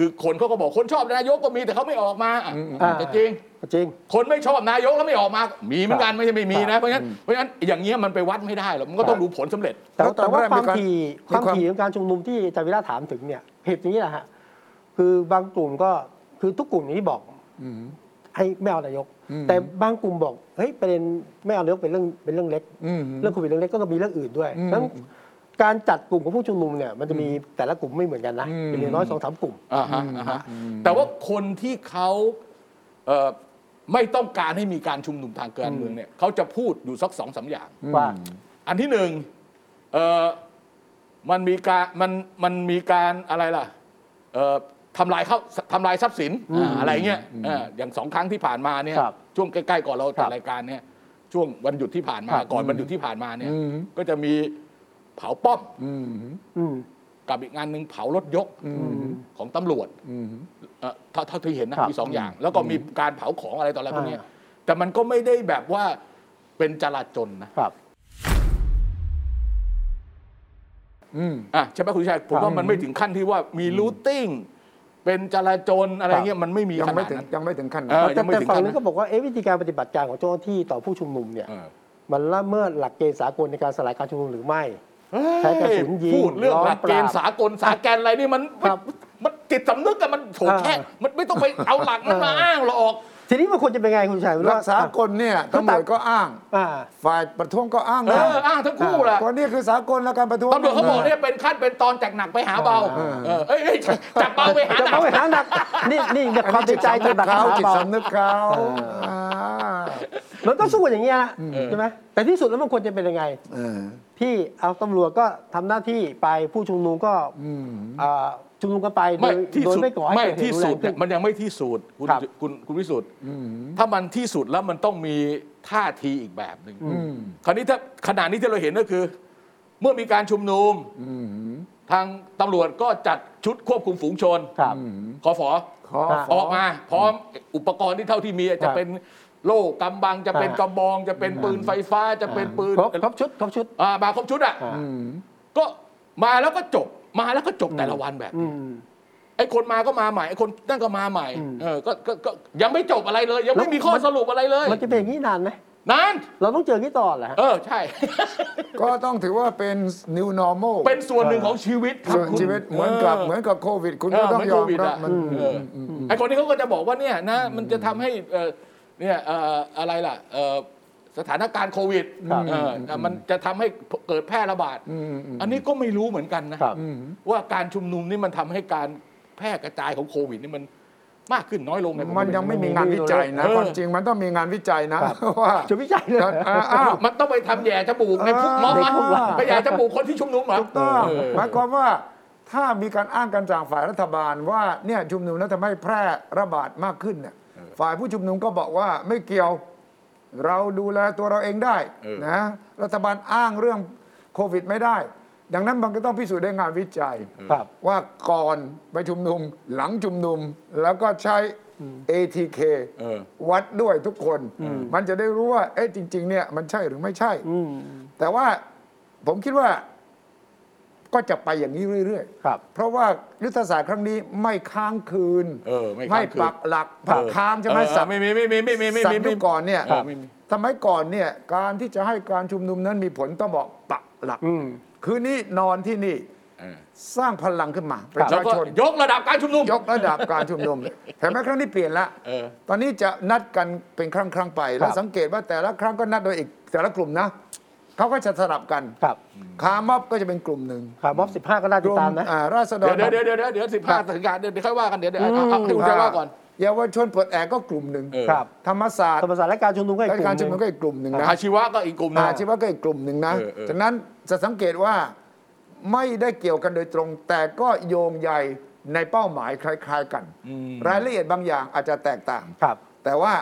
Speaker 2: คือคนเขาก็บอกคนชอบนายกก็มีแต่เขาไม่ออกมาอ่ะ
Speaker 1: อ่า
Speaker 2: แต่จริง
Speaker 1: จริง
Speaker 2: คนไม่ชอบนายกแล้วไม่ออกมา มีเหมือนกัน
Speaker 1: ครับ
Speaker 2: ไม่ใช่ไม่มี
Speaker 1: ครั
Speaker 2: นะ
Speaker 1: บ
Speaker 2: เพราะฉะนั้น เพราะฉะนั้นอย่างเงี้ยมันไปวัดไม่ได้หรอก มันก็ต้องดูผลสำเร็จ
Speaker 1: แต่
Speaker 3: แล้ว
Speaker 1: แต่ว่า
Speaker 3: ตอน
Speaker 1: ค
Speaker 3: แรกมี
Speaker 1: วาม
Speaker 3: การ
Speaker 1: ถี่ความ
Speaker 3: มีความ
Speaker 1: ถี่ของการชุมนุมที่อาจารย์วิระถามถึง ให้ไม่เอานายก แต่บางกลุ่มบอกเฮ้ยประเด็นไม่เอานายกเป็นเรื่องเป็นเรื่องเล็ก
Speaker 3: อืม
Speaker 1: เรื่องโควิดเรื่องเล็กก็มีเรื่องอื่นด้วย
Speaker 3: อืม
Speaker 1: ฉะนั้นการจัดกลุ่มของผู้ชุมนุมเนี่ยมันจะมีแต่ละกลุ่มไม่เหมือนกันนะ
Speaker 3: อืม
Speaker 1: เป็นอย่างน้อยสองสามกลุ่ม
Speaker 2: อ่าฮะอ่าฮะแต่ว่าคนที่เขาเอ่อไม่ต้องการให้มีการชุมนุมทางการเมืองเนี่ยเขาจะพูดอยู่สักสองสามอย่าง
Speaker 1: ว่า
Speaker 2: อันที่หนึ่งเอ่อมันมีการมันมันมีการอะไรล่ะเอ่อทำลายเข้าทำลายทรัพย์สินอ่าอะไรเงี้ยเอออย่างสองครั้งที่ผ่านมาเนี่ย
Speaker 1: ครับ
Speaker 2: ช่วงใกล้ๆก่อนเรา
Speaker 1: ครั
Speaker 2: จัด
Speaker 1: บ
Speaker 2: รายการเนี่ยช่วงวันหยุดที่ผ่านมา
Speaker 1: ครับ
Speaker 2: ก่อนวันหยุดที่ผ่านมาเนี่ย
Speaker 3: อืม
Speaker 2: ก็จะมีเผาป้อม
Speaker 3: อืม
Speaker 1: อืม
Speaker 2: กับอีกงานหนึ่งเผารถยกของตำรวจ
Speaker 3: อืม
Speaker 2: เอ่อเท่าเท่าที่เห็นนะครับ มีสองอย่าง แล้วก็มีการเผาของอะไรต่ออะไรพวกเนี้ย
Speaker 1: อ่า
Speaker 2: แต่มันก็ไม่ได้แบบว่าเป็นจลาจลนะครับ
Speaker 3: อืม
Speaker 2: อ่ะใช่ไหมคุณชัยผมว่ามันไม่ถึงขั้นที่ว่ามีรูทติ้งเป็นจลาจลอะไรเงี้ยมันไม่มี
Speaker 3: ยัง
Speaker 2: ขนา
Speaker 3: ไม่
Speaker 2: ด
Speaker 3: ถึง
Speaker 2: นั้น
Speaker 3: ยังไม่ถึงขั้น
Speaker 2: เอ
Speaker 3: นั้น
Speaker 2: อ ยั
Speaker 1: แต่
Speaker 2: งไม่ถึงขั้น
Speaker 1: ฝั่งนึ
Speaker 2: นะ
Speaker 1: งก็บอกว่าเอ๊ะวิธีการปฏิบัติการของเจ้าหน้าที่ต่อผู้ชุมนุมเนี่ย
Speaker 2: เออ
Speaker 1: มันละเมิดหลักเกณฑ์สากลในการสลายการชุมนุมหรือไม่ ใช้กระสุนยิง
Speaker 2: พูดเรื่อง
Speaker 1: ล้อม
Speaker 2: หลักเกณ
Speaker 1: ป
Speaker 2: ฑ์
Speaker 1: ราบ
Speaker 2: สากลสาแกนอะไรนี่มัน
Speaker 1: ครับ
Speaker 2: มันมันจิตสำนึกอะมันโถแค่
Speaker 1: เออ
Speaker 2: มันไม่ต้องไปเอาหลักนั้นมาอ้างหรอก
Speaker 1: ทีนี้มันควรจะเป็นไงคุณชัย
Speaker 3: รักษากลเนี่ยตำรวจก็อ้าง
Speaker 1: อ่า
Speaker 3: ฝ่ายประท้วงก็อ้าง
Speaker 2: เอ
Speaker 3: นะ
Speaker 2: ออ้างทั้งคู่แหละ
Speaker 3: คนนี้คือสากลแล้วการประท้วง
Speaker 2: ตำรวจเขาบอกเนี่ยเป็นขั้นเป็นตอนจากหนักไปหาเบา
Speaker 3: เออ
Speaker 2: เออเอ้ยเอ้ยจากเบาไปหา
Speaker 1: จะ
Speaker 2: หนั
Speaker 1: เอา
Speaker 2: ก
Speaker 1: ไปหาหนัก นี่นี่เนี่ยความในใจจะหนัก
Speaker 3: เขาจิต
Speaker 1: เบา
Speaker 3: สำนึกเขา
Speaker 1: เออ
Speaker 3: อ่า
Speaker 1: มันก็สู้กันอย่างเงี้ยนะใช่ไหมแต่ที่สุดแล้วมันควรจะเป็นยังไง
Speaker 3: เออ
Speaker 1: ที่เอาตำรวจก็ทำหน้าที่ไปผู้ชุมนุมก็อ่าชุมนุมกันไปโด
Speaker 2: ไม่
Speaker 1: ย
Speaker 2: ที่
Speaker 1: โดย
Speaker 2: สุด
Speaker 1: ไม่ก่อให้
Speaker 2: ไม่
Speaker 1: เกิดเห
Speaker 2: ที่
Speaker 1: ตุรุนแร
Speaker 2: สุด
Speaker 1: งขึ้
Speaker 2: เนี่
Speaker 1: น
Speaker 2: ยมันยังไม่ที่สุดคุณ
Speaker 1: ครับ
Speaker 2: คุณคุณวิสุทธ์ถ้ามันที่สุดแล้วมันต้องมีท่าทีอีกแบบหนึ่งคราวนี้ถ้าขณะนี้ที่เราเห็นก็คือ เมื่อมีการชุมนุมทางตำรวจก็จัดชุดควบคุมฝูงชน
Speaker 1: ครับ
Speaker 2: คอฝอ
Speaker 3: ขอ
Speaker 1: ครับ
Speaker 2: ออกมาพร้อมอุปกรณ์ที่เท่าที่มีอาจจะ
Speaker 1: ครับ
Speaker 2: เป็นโล่กำบังจะเป็น
Speaker 1: อ่าก ก
Speaker 2: ระบอง จะเป็นปืนไฟฟ้าจะเป็นปืน
Speaker 1: ครบครบชุดครบชุด
Speaker 2: อ่ามาครบชุดอ่ะ
Speaker 1: อ่า
Speaker 2: ก็มาแล้วก็จบมาแล้วก็จบแต่ละวันแบบ
Speaker 1: อืม
Speaker 2: ไอ้คนมาก็มาใหม่ไอ้คนนั่นก็มาใหม่
Speaker 1: อืม
Speaker 2: เออก็ก็ก็ยังไม่จบอะไรเลย ยัง
Speaker 1: แล้
Speaker 2: ไม่
Speaker 1: ว
Speaker 2: มีข้อสรุปอะไรเลย
Speaker 1: มันจะเป็นอย่างนี้นานไหม
Speaker 2: นั้น
Speaker 1: เราต้องเจออย่างนี้ตลอดแหละ
Speaker 2: เออใช่
Speaker 3: ก็ต้องถือว่าเป็น new normal
Speaker 2: เป็นส่วนหนึ่งของชีวิตครับ
Speaker 3: ส่วน
Speaker 2: คุณ
Speaker 3: ชีวิตเหมือนกับเหมือนกับโควิด คุณ
Speaker 2: เอ
Speaker 3: ก็
Speaker 2: อ
Speaker 3: ต้อง
Speaker 2: เหมือน
Speaker 3: ย
Speaker 2: โค
Speaker 3: อม
Speaker 2: วิด
Speaker 3: รับ
Speaker 2: อ่ะ
Speaker 3: มัน
Speaker 2: เอออไอ้คนนี้เขาก็จะบอกว่าเนี่ยนะ มันจะทำให้เอ่อเนี่ยเอ่ออะไรล่ะเอ่อสถานการณ์โควิด
Speaker 1: ครับ
Speaker 2: เอออ่ะมันจะทำให้เกิดแพร่ระบาด อันนี้ก็ไม่รู้เหมือนกันนะครับ ว่าการชุมนุมนี่มันทำให้การแพร่กระจายของโควิดนี่มันมากขึ้นน้อยลงเนี่ยผม
Speaker 3: มัน
Speaker 2: ไรู้
Speaker 3: ยังไม่มีงานวิจัยนะ
Speaker 2: เออ
Speaker 3: ความจริงมันต้องมีงานวิจัยนะครับ ว่า
Speaker 1: จะวิจัยเลย
Speaker 3: อ่าอ้าว
Speaker 2: มันต้องไปทำแย่จมูกในพวกม็อบ
Speaker 1: เด็ก
Speaker 2: อะ
Speaker 1: พวกเรา
Speaker 2: ไปแย่จมูกคนที่ชุมนุมเหรอ
Speaker 3: ถูกต้อง
Speaker 2: เออ
Speaker 3: หมายความว่าถ้ามีการอ้างกันจากฝ่ายรัฐบาลว่าเนี่ยชุมนุมแล้วทำให้แพร่ระบาดมากขึ้นเนี่ยฝ่ายผู้ชุมนุมก็บอกว่าไม่เกี่ยวเราดูแลตัวเราเองได้
Speaker 2: เออ
Speaker 3: นะรัฐบาลอ้างเรื่องโควิดไม่ได้ ดังนั้นมันก็ต้องพิสูจน์ด้วยงานวิจัย
Speaker 1: ครับ
Speaker 3: ว่าก่อนไปชุมนุมหลังชุมนุมแล้วก็ใช้ ATK
Speaker 2: เออ
Speaker 3: วัดด้วยทุกคน มันจะได้รู้ว่า เอ๊ะจริง ๆ เนี่ยมันใช่หรือไม่ใช่
Speaker 1: อืม
Speaker 3: แต่ว่าผมคิดว่าก็จะไปอย่างนี้เรื่อย
Speaker 1: ครับ
Speaker 3: ๆ เพราะว่ายุทธศาสตร์ครั้งนี้ไม่ค้างคืน
Speaker 2: เออไม่ค้างคืน
Speaker 3: ปักหลักปักค้างใช่ไหม
Speaker 2: เออ
Speaker 3: สับ
Speaker 2: ไม่มีไม่มีไม่มีไม่
Speaker 3: สัต
Speaker 2: มี
Speaker 3: ว์
Speaker 2: ไม่
Speaker 3: ยุค
Speaker 2: มี
Speaker 3: ก่อนเนี่ย
Speaker 2: ครับ
Speaker 3: สมัยก่อนเนี่ยการที่จะให้การชุมนุมนั้นมีผลต้องบอกปักหลัก
Speaker 1: อืม
Speaker 3: คืนนี้นอนที่นี่
Speaker 2: เออ
Speaker 3: สร้างพลังขึ้นมาประ
Speaker 2: แล้ว
Speaker 3: ชา
Speaker 2: ก็
Speaker 3: ชน
Speaker 2: ยกระดับการชุมนุม
Speaker 3: ยกระดับการชุมนุมเลยเห็นไหมครั้งนี้เปลี่ยนละ
Speaker 2: เออ
Speaker 3: ตอนนี้จะนัดกันเป็นครั้งครั้งๆไป แล้ว
Speaker 1: ครับ
Speaker 3: สังเกตว่าแต่ละครั้งก็นัดโดยอีกแต่ละกลุ่มนะเขาก็จะสลับกัน
Speaker 1: ครับ
Speaker 3: คาร์ม็อบก็จะเป็นกลุ่มหนึ่ง
Speaker 1: ครับม็อบสิบห้าก็น่าก ติด
Speaker 3: ลุ่ม
Speaker 1: ตามนะ
Speaker 3: อ่าราษฎร
Speaker 2: เดี๋ยวเดี๋ยวเดี๋ยวเดี๋ยวเดี๋ยวสิบห้าสถานการณ์เดี๋ยวเดี๋ยวค่อยว่ากันเดี๋ยวเดี๋ยวเอาเอาให้คุณชัยว่าก่อน
Speaker 3: เยาวชนปลดแอกก็กลุ่มหนึ่ง
Speaker 2: เออ
Speaker 1: ครับ
Speaker 3: ธรรมศาสตร์
Speaker 1: ธรรมศาสตร์และการชุมนุมก็อีกก
Speaker 3: และ
Speaker 1: ลุ่ม
Speaker 3: การ
Speaker 1: ห
Speaker 3: ชุมนุ
Speaker 1: นึ่
Speaker 3: ม
Speaker 1: ง
Speaker 3: ก็อีกกลุ่มหนึ่งนะ
Speaker 2: อาชีวะก็อีกกลุ่มหนึง
Speaker 3: อาชีวะก็อีกกลุ่มหนึ่งนะ
Speaker 2: เออเออ
Speaker 3: ฉะนั้นจะสังเกตว่าไม่ได้เกี่ยวกันโดยตรง แต่ก็โยงใยในเป้าหมายคล้าย ๆ กัน รายละเอียดบางอย่างอาจจะแตกต่าง
Speaker 1: ครับ
Speaker 3: แต่ว่า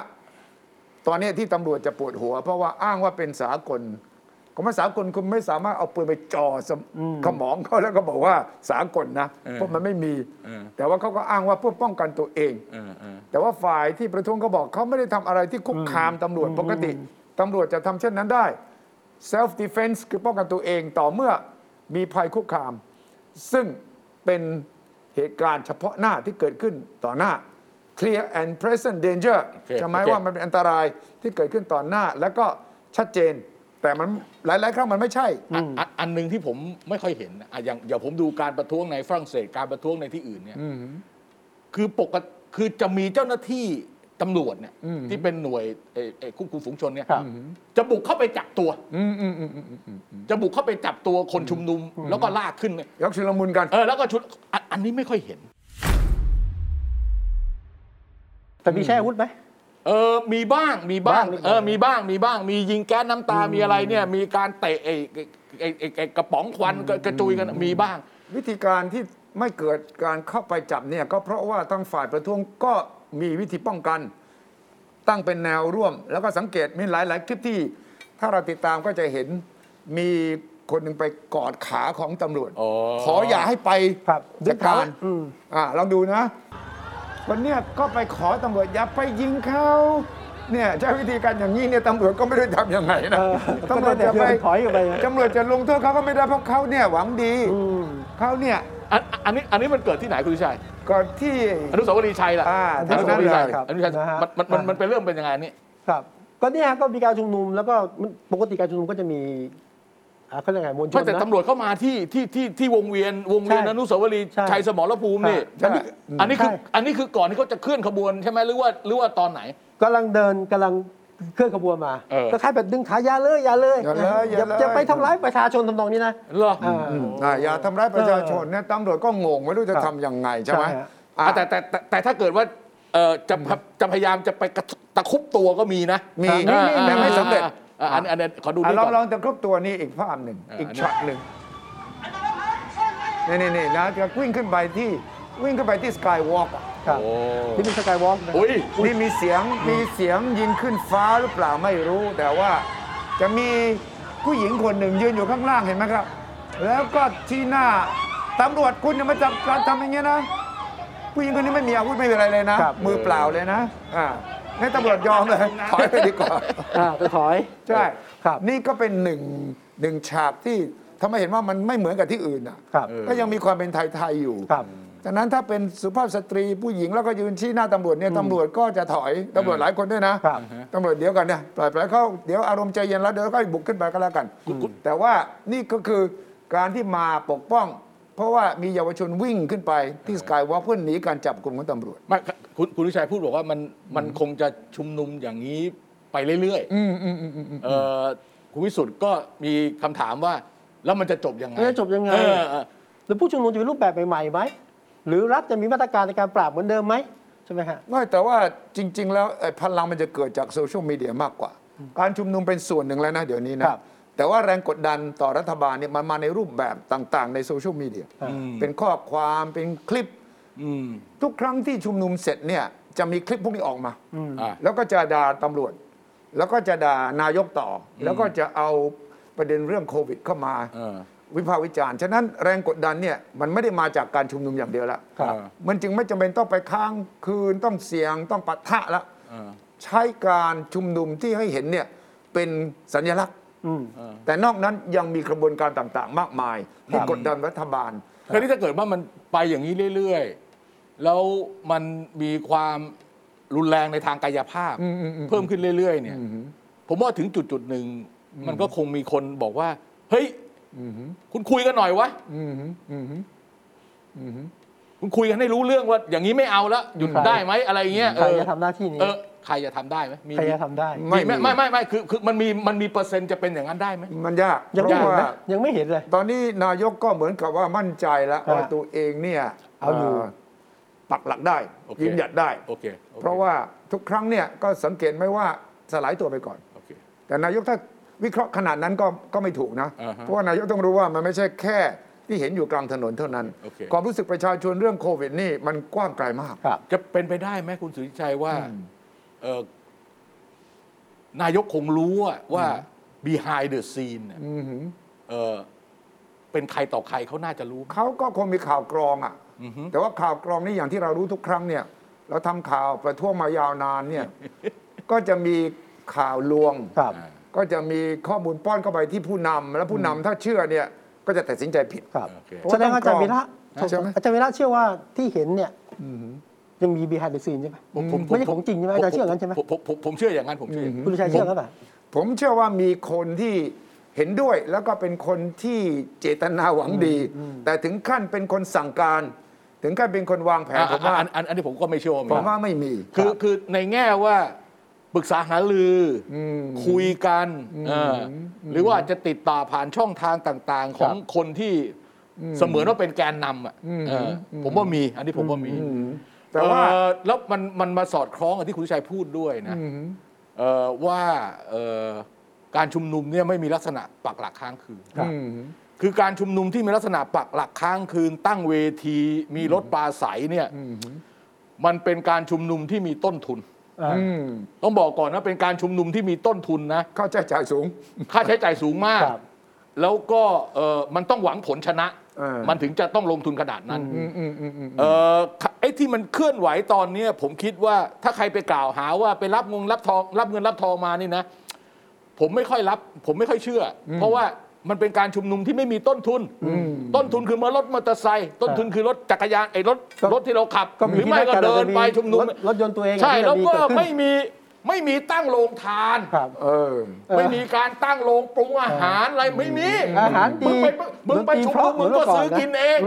Speaker 3: ตอนนี้ที่ตำรวจจะปวดหัว เพราะว่าอ้างว่าเป็นสากลคำว่าสากลคุณไม่สามารถเอาปืนไปจ่อสมขมองเขาแล้วก็บอกว่าสากลนะ
Speaker 2: เออ
Speaker 3: เพราะมันไม่มี
Speaker 2: เออ
Speaker 3: แต่ว่าเขาก็อ้างว่าเพื่อป้องกันตัวเอง
Speaker 2: เออเออ
Speaker 3: แต่ว่าฝ่ายที่ประท้วงก็บอกเขาไม่ได้ทำอะไรที่คุกคามตำรวจปกติตำรวจจะทำเช่นนั้นได้ self defense คือป้องกันตัวเองต่อเมื่อมีภัยคุกคาม ซึ่งเป็นเหตุการณ์เฉพาะหน้าที่เกิดขึ้นต่อหน้า clear and present danger จะหมายว่ามันเป็นอันตรายที่เกิดขึ้นต่อหน้า แล้วก็ชัดเจน แต่มันหลาย ๆ ครั้งมันไม่ใช่
Speaker 2: อ่ะอ่ะอันหนึ่งที่ผมไม่ค่อยเห็นนะอ่ะอย่างอย่างผมดูการประท้วงในฝรั่งเศสการประท้วงในที่อื่นเนี่ยคือปกติคือจะมีเจ้าหน้าที่ ตำรวจเนี่ยที่เป็นหน่วยเอ่อเอ่อควบคุมฝูงชนเนี่ย
Speaker 1: ครับ
Speaker 2: จะบุกเข้าไปจับตัว
Speaker 3: อืมอืมอืมอืมอืมอืม
Speaker 2: จะบุกเข้าไปจับตัวคนชุมนุม แล้วก็ลากขึ้นเนี่ย
Speaker 3: ยกชุลมุนกัน
Speaker 2: เออแล้วก็ชุดอันอันนี้ไม่ค่อยเห็น
Speaker 1: แต่มีแช่อาวุธไหม
Speaker 2: เออ มีบ้าง มีบ้า
Speaker 1: บ้า
Speaker 2: ง
Speaker 1: งหรือเปล่า
Speaker 2: เออ มีบ้าง มีบ้าง มียิงแก๊สน้ำตา มีอะไรเนี่ย มีการเตะไอ้ไอ้ไอ้ไอ้กระป๋องควันกระกระจุยกัน มีบ้าง
Speaker 3: วิธีการที่ไม่เกิดการเข้าไปจับเนี่ยก็เพราะว่าทางฝ่ายประท้วงก็มีวิธีป้องกัน ตั้งเป็นแนวร่วม แล้วก็สังเกตมีหลาย ๆ คลิปที่ ถ้าเราติดตามก็จะเห็นมีคนหนึ่งไปกอดขาของตำรวจ
Speaker 2: อ๋อ
Speaker 3: ขออย่าให้ไป
Speaker 1: ครับ
Speaker 3: จัดกา
Speaker 1: ดึ
Speaker 3: ร
Speaker 1: งเขาอืม
Speaker 3: อ่าลองดูนะคนเนี่ยก็ไปขอตำรวจอย่าไปยิงเขาเนี่ยใช้วิธีการอย่างนี้เนี่ยตำรวจก็ไม่ได้ทำยังไงนะ
Speaker 1: เออก็
Speaker 3: ตำร
Speaker 1: ได้
Speaker 3: วจ
Speaker 1: แต่
Speaker 3: จะ
Speaker 1: เดิ
Speaker 3: ไป
Speaker 1: นถอยออกไป
Speaker 3: ต ำรวจจะลงโทษเขาก็ไม่ได้เพราะเขาเนี่ยหวังดี
Speaker 1: อืม
Speaker 3: เขาเนี่ย
Speaker 2: อันอันนี้ อันนี้มันเกิดที่ไหนคุณวิชัย
Speaker 3: ก่อนที่
Speaker 2: อนุสาวรีย์ชัยล่ะ
Speaker 3: อ่า
Speaker 2: อนุสาวรีย์ชัย
Speaker 3: แถวนั้นเลยครับ
Speaker 2: อนุสาวรีย์ชัย
Speaker 1: นะฮะ
Speaker 2: มันมันมันมันเป็นเรื่องเป็นยังไงนี่
Speaker 1: ครับ ก็เนี่ยก็มีการชุมนุมแล้วก็มันปกติการชุมนุมก็จะมีอ่าเขาเรียกไงมวลช
Speaker 2: ไม่
Speaker 1: น
Speaker 2: แต่
Speaker 1: นะ
Speaker 2: ตำรวจเข้ามาที่ที่ที่ที่วงเวียนวงเวียน
Speaker 1: ใช่
Speaker 2: อนุสาวรีย์
Speaker 1: ใช่
Speaker 2: ชัยสมรภูมินี่
Speaker 3: ใช่
Speaker 2: อันนี้คือ
Speaker 1: ใช่
Speaker 2: อันนี้คือก่อนที่เขาจะเคลื่อนขบวนใช่ไหมหรือว่าหรือว่าตอนไหน
Speaker 1: กำลังเดินกำลังเคลื่อนขบวนมา
Speaker 2: เออ
Speaker 1: ก็คล้ายแบบดึงขาอย่าเลยอย่าเลย
Speaker 3: อย่าเลยอย่าเลย
Speaker 1: จะไปทำร้ายประชาชนทำนองนี้นะ
Speaker 2: เหรอ
Speaker 1: อ่า
Speaker 3: อ่าอย่าทำร้ายประชาชนเนี่ยตำรวจก็งงไม่รู้จะทำยังไงใช่ไหม
Speaker 1: ใช่ฮะ
Speaker 3: อ่า
Speaker 2: อ่ะแต่แต่แต่แต่ถ้าเกิดว่าเอ่อจะพะจะพยายามจะไปกระทุตะครุบตัวก็มีนะ
Speaker 3: มี
Speaker 1: อ่า
Speaker 3: แต่ไม่สำเร็จ
Speaker 2: อ่ะอันอันนี้ขอดู
Speaker 3: อ่ะ
Speaker 2: นี่
Speaker 3: ล
Speaker 2: ก่
Speaker 3: องลอ
Speaker 2: อน
Speaker 3: งจะครบตัวนี้อีกภาพหนึ่ง
Speaker 2: อ่า
Speaker 3: อีกช็อตหนึ่งนี่นี่นี่นะจะวิ่งขึ้นไปที่วิ่งขึ้นไปที่สกายวอล์ก
Speaker 1: ครับ
Speaker 2: โอ้
Speaker 1: ที่มีสกายวอล์กนะ
Speaker 2: โอ้ย
Speaker 3: นี่มีเสียงมีเสียงยิงขึ้นฟ้าหรือเปล่าไม่รู้ แต่ว่าจะมีผู้หญิงคนหนึ่งยืนอยู่ข้างล่างเห็นไหมครับ แล้วก็ที่หน้าตำรวจคุณอย่ามาจับการทำอย่างเงี้ยนะ ผู้หญิงคนนี้ไม่มีอาวุธไม่มีอะไรเลยนะ
Speaker 1: ครับ
Speaker 3: มือเปล่าเลยนะอ่าให้ตำรวจยอมเลยถอยไปดีกว่า
Speaker 1: อ่าไปถอย
Speaker 3: ใช่
Speaker 1: ครับ
Speaker 3: นี่ก็เป็นหนึ่งหนึ่งฉากที่ทำให้เห็นว่ามันไม่เหมือนกับที่อื่นอ่ะ
Speaker 1: ครับ
Speaker 3: ก็ยังมีความเป็นไทย ๆ อยู่
Speaker 1: ครับ
Speaker 3: ฉะนั้นถ้าเป็นสุภาพสตรีผู้หญิงแล้วก็ยืนชี้หน้าตำรวจเนี่ยตำรวจก็จะถอยตำรวจหลายคนด้วยนะครับ ตำรวจเดี๋ยวกันเนี่ยปล่อยไปเขาเดี๋ยวอารมณ์ใจเย็นแล้วเดี๋ยวก็บุกขึ้นไปก็แล้วกัน แต่ว่านี่ก็คือการที่มาปกป้อง เพราะว่ามีเยาวชนวิ่งขึ้นไปที่สกายวอล์กเพื่อหนีการจับกลุ่มของตำรวจ
Speaker 2: ไม่คุณคุณวิชัยพูดบอกว่ามันมันคงจะชุมนุมอย่างนี้ไปเรื่อย
Speaker 3: อืมอืมอืมอืม
Speaker 2: ๆเอ่อคุณวิสุทธ์ก็มีคำถามว่า แล้วมันจะจบยังไง
Speaker 1: แล้วจะจบยังไง
Speaker 2: เออเออ
Speaker 1: หรือผู้ชุมนุมจะมีรูปแบบใหม่ๆไหมหรือรัฐจะมีมาตรการในการปราบเหมือนเดิมไหมใช่ไหมฮะ
Speaker 3: ไม่แต่ว่าจริง ๆ แล้วไอ้พลังมันจะเกิดจากโซเชียลมีเดียมากกว่า การชุมนุมเป็นส่วนหนึ่งแล้วนะเดี๋ยวนี้นะ
Speaker 1: ครับ
Speaker 3: แต่ว่าแรงกดดันต่อรัฐบาลเนี่ยมันมาในรูปแบบต่างๆ ในโซเชียลมีเดีย
Speaker 1: อื
Speaker 2: ม
Speaker 3: เป็นข้อความเป็นคลิป
Speaker 2: อืม
Speaker 3: ทุกครั้งที่ชุมนุมเสร็จเนี่ยจะมีคลิปพวกนี้ออกมา
Speaker 2: อ่ะ
Speaker 3: แล้วก็จะด่าตำรวจ แล้วก็จะด่านายกต่ออแล้วก็จะเอาประเด็นเรื่องโควิดเข้ามา
Speaker 2: เออ
Speaker 3: วิพากษ์วิจารณ์ ฉะนั้นแรงกดดันเนี่ยมันไม่ได้มาจากการชุมนุมอย่างเดียวละ
Speaker 2: ครับ
Speaker 3: มันจึงไม่จำเป็นต้องไปค้างคืนต้องเสียงต้องปะทะละ
Speaker 2: เออ
Speaker 3: ใช้การชุมนุมที่ให้เห็นเนี่ยเป็นสัญลักษณ์
Speaker 1: อืม
Speaker 3: แต่นอกนั้นยังมีกระบวนการต่างๆ มากมายที่กดดันรัฐบาล
Speaker 2: คราวนี้ถ้าเกิดว่ามันไปอย่างนี้เรื่อยๆ แล้วมันมีความรุนแรงในทางกายภาพ เพิ่มขึ้นเรื่อยๆ เนี่ย ผมว่าถึงจุดจุดๆหนึ่ง มันก็คงมีคนบอกว่า เฮ้ยคุณคุยกันหน่อยวะคุณคุยกันให้รู้เรื่องว่า อย่างนี้ไม่เอาแล้วหยุด
Speaker 1: ใคร
Speaker 2: ได้ไหมอะไรเงี้ย
Speaker 1: ใคร
Speaker 2: เออ
Speaker 1: จะทำหน้าที่นี้
Speaker 2: เออใครจะทำได้ไหมมี
Speaker 1: ใครจะทำได้
Speaker 3: ไม่
Speaker 2: มีไหมไม่ไม่ไม่คือคือมันมีมันมีเปอร์เซ็นต์จะเป็นอย่างนั้นได้ไหม
Speaker 3: มันยาก
Speaker 1: ยัง
Speaker 3: เพ
Speaker 1: ไม่
Speaker 3: ราะ
Speaker 1: เห็น
Speaker 3: ว่า
Speaker 1: นะยังไม่เห็นเลย
Speaker 3: ตอนนี้นายกก็เหมือนกับว่ามั่นใจแล้ว
Speaker 1: ครับ
Speaker 3: ว่าตัวเองเนี่ย
Speaker 1: เอาอยู่
Speaker 3: ปักหลักได้
Speaker 2: โอเค
Speaker 3: ยืนหยัดได้
Speaker 2: โอเคโอค
Speaker 3: เพราะว่าทุกครั้งเนี่ยก็สังเกตไหมว่าสลายตัวไปก่อน
Speaker 2: โอเค
Speaker 3: แต่นายกถ้าวิเคราะห์ขนาดนั้นก็ก็ไม่ถูกนะ
Speaker 2: อ่าฮะ
Speaker 3: เพราะว่านายกต้องรู้ว่ามันไม่ใช่แค่ที่เห็นอยู่กลางถนนเท่านั้น
Speaker 2: โอเค
Speaker 3: ความรู้สึกประชาชนเรื่องโควิดนี่มันกว้างไกลมาก
Speaker 1: ครับ
Speaker 2: จะเป็นไปได้ไหมคุณสุริชัยว่าเอ่อนายกคงรู้อะว่า behind the scene เนี่ยเอ่อเป็นใครต่อใครเขาน่าจะรู้
Speaker 3: เขาก็คงมีข่าวกรองอะ่ะแต่ว่าข่าวกรองนี่อย่างที่เรารู้ทุกครั้งเนี่ย เราทำข่าวประท้วงมายาวนานเนี่ย ก็จะมีข่าวลวง
Speaker 1: ครับ
Speaker 3: ก็จะมีข้อมูลป้อนเข้าไปที่ผู้นำแล้วผู้นำถ้าเชื่อเนี่ยก็จะตัดสินใจผิด
Speaker 1: ครับ
Speaker 2: โอเค
Speaker 1: แสดงว่าอาจารย์วีระ
Speaker 3: ใช่ไหม
Speaker 1: อาจารย์วีระเชื่อว่าที่เห็นเนี่ยยังมี behind the scene ใช่ไหมไม่ใช่ของจริงใช่ไหมอาจารย์เชื่ออย่างนั้นใช่ไหม
Speaker 2: ผมผมผมผมเชื่ออย่างนั้นผมเชื่ออย่างนั้น
Speaker 1: คุณลุชัยเชื่อครับป่ะ
Speaker 3: ผมเชื่อว่ามีคนที่เห็นด้วยแล้วก็เป็นคนที่เจตนาหวังดี แต่ถึงขั้นเป็นคนสั่งการ ถึงขั้นเป็นคนวางแผนผมว่า
Speaker 2: อันอันอันนี้ผมก็ไม่เชื่อว่ามี
Speaker 3: ผมว่าไม่มี
Speaker 2: คือคือในแง่ว่าปรึกษาหารืออ
Speaker 3: ม
Speaker 2: คุยกันเอออ
Speaker 3: ม
Speaker 2: หรือว่าจะติดต่อผ่านช่องทางต่างๆ ของคนที่เสมือนว่าเป็นแกนนำอ่ะเอออผมว่ามี อันนี้ผมว่ามี
Speaker 3: แต่ว่า
Speaker 2: เอ่อแล้วมันมันมาสอดคล้องกับที่คุณวิชัยพูดด้วยนะเอ่อว่าเอ่อการชุมนุมเนี่ยไม่มีลักษณะปักหลักค้างคืน
Speaker 1: ครับ
Speaker 2: คือการชุมนุมที่มีลักษณะปักหลักค้างคืน ตั้งเวที มีรถปราศัยเนี่ยมันเป็นการชุมนุมที่มีต้นทุน
Speaker 1: อ่า
Speaker 3: อืม
Speaker 2: ต้องบอกก่อนนะเป็นการชุมนุมที่มีต้นทุนนะ
Speaker 3: เข้าใจจ่ายสูง
Speaker 2: ค่าใช้จ่ายสูงมาก
Speaker 1: ครับ
Speaker 2: แล้วก็เอ่อมันต้องหวังผลชนะ
Speaker 3: เออ
Speaker 2: มันถึงจะต้องลงทุนขนาดนั้น
Speaker 3: อืมอืมอืมอืม
Speaker 2: เออไอ้ที่มันเคลื่อนไหวตอนเนี้ยผมคิดว่าถ้าใครไปกล่าวหาว่าไปรับงงรับทองรับเงินรับทองมานี่นะ ผมไม่ค่อยรับ ผมไม่ค่อยเชื่ออเพราะว่ามันเป็นการชุมนุมที่ไม่มีต้นทุน ต้นทุนคือมารถมอเตอร์ไซค์ต้นทุนคือรถจักรยานไอ้รถ
Speaker 1: ก็
Speaker 2: รถที่เราขับ
Speaker 1: ก็
Speaker 2: หรือไม่ก็
Speaker 1: ที่
Speaker 2: เดินไปชุมนุม
Speaker 1: รถรถยนต์ตัวเอง
Speaker 2: ใช่แล้วก็
Speaker 1: ที่เดขึ้น
Speaker 2: ไม่มีไม่มีตั้งโรงทาน
Speaker 1: ครับ
Speaker 3: เออ
Speaker 2: ไม่มีการตั้งโรงปรุงอาหารอะไรไม่มี
Speaker 1: อาหารดี
Speaker 2: มึงไปมึงไป
Speaker 1: ดนตรี
Speaker 2: ชุม
Speaker 1: เพ
Speaker 2: นุ
Speaker 1: ราะ
Speaker 2: มมึงก็
Speaker 1: เหมือนเมื่อก่อน
Speaker 2: ซื้อกินเอง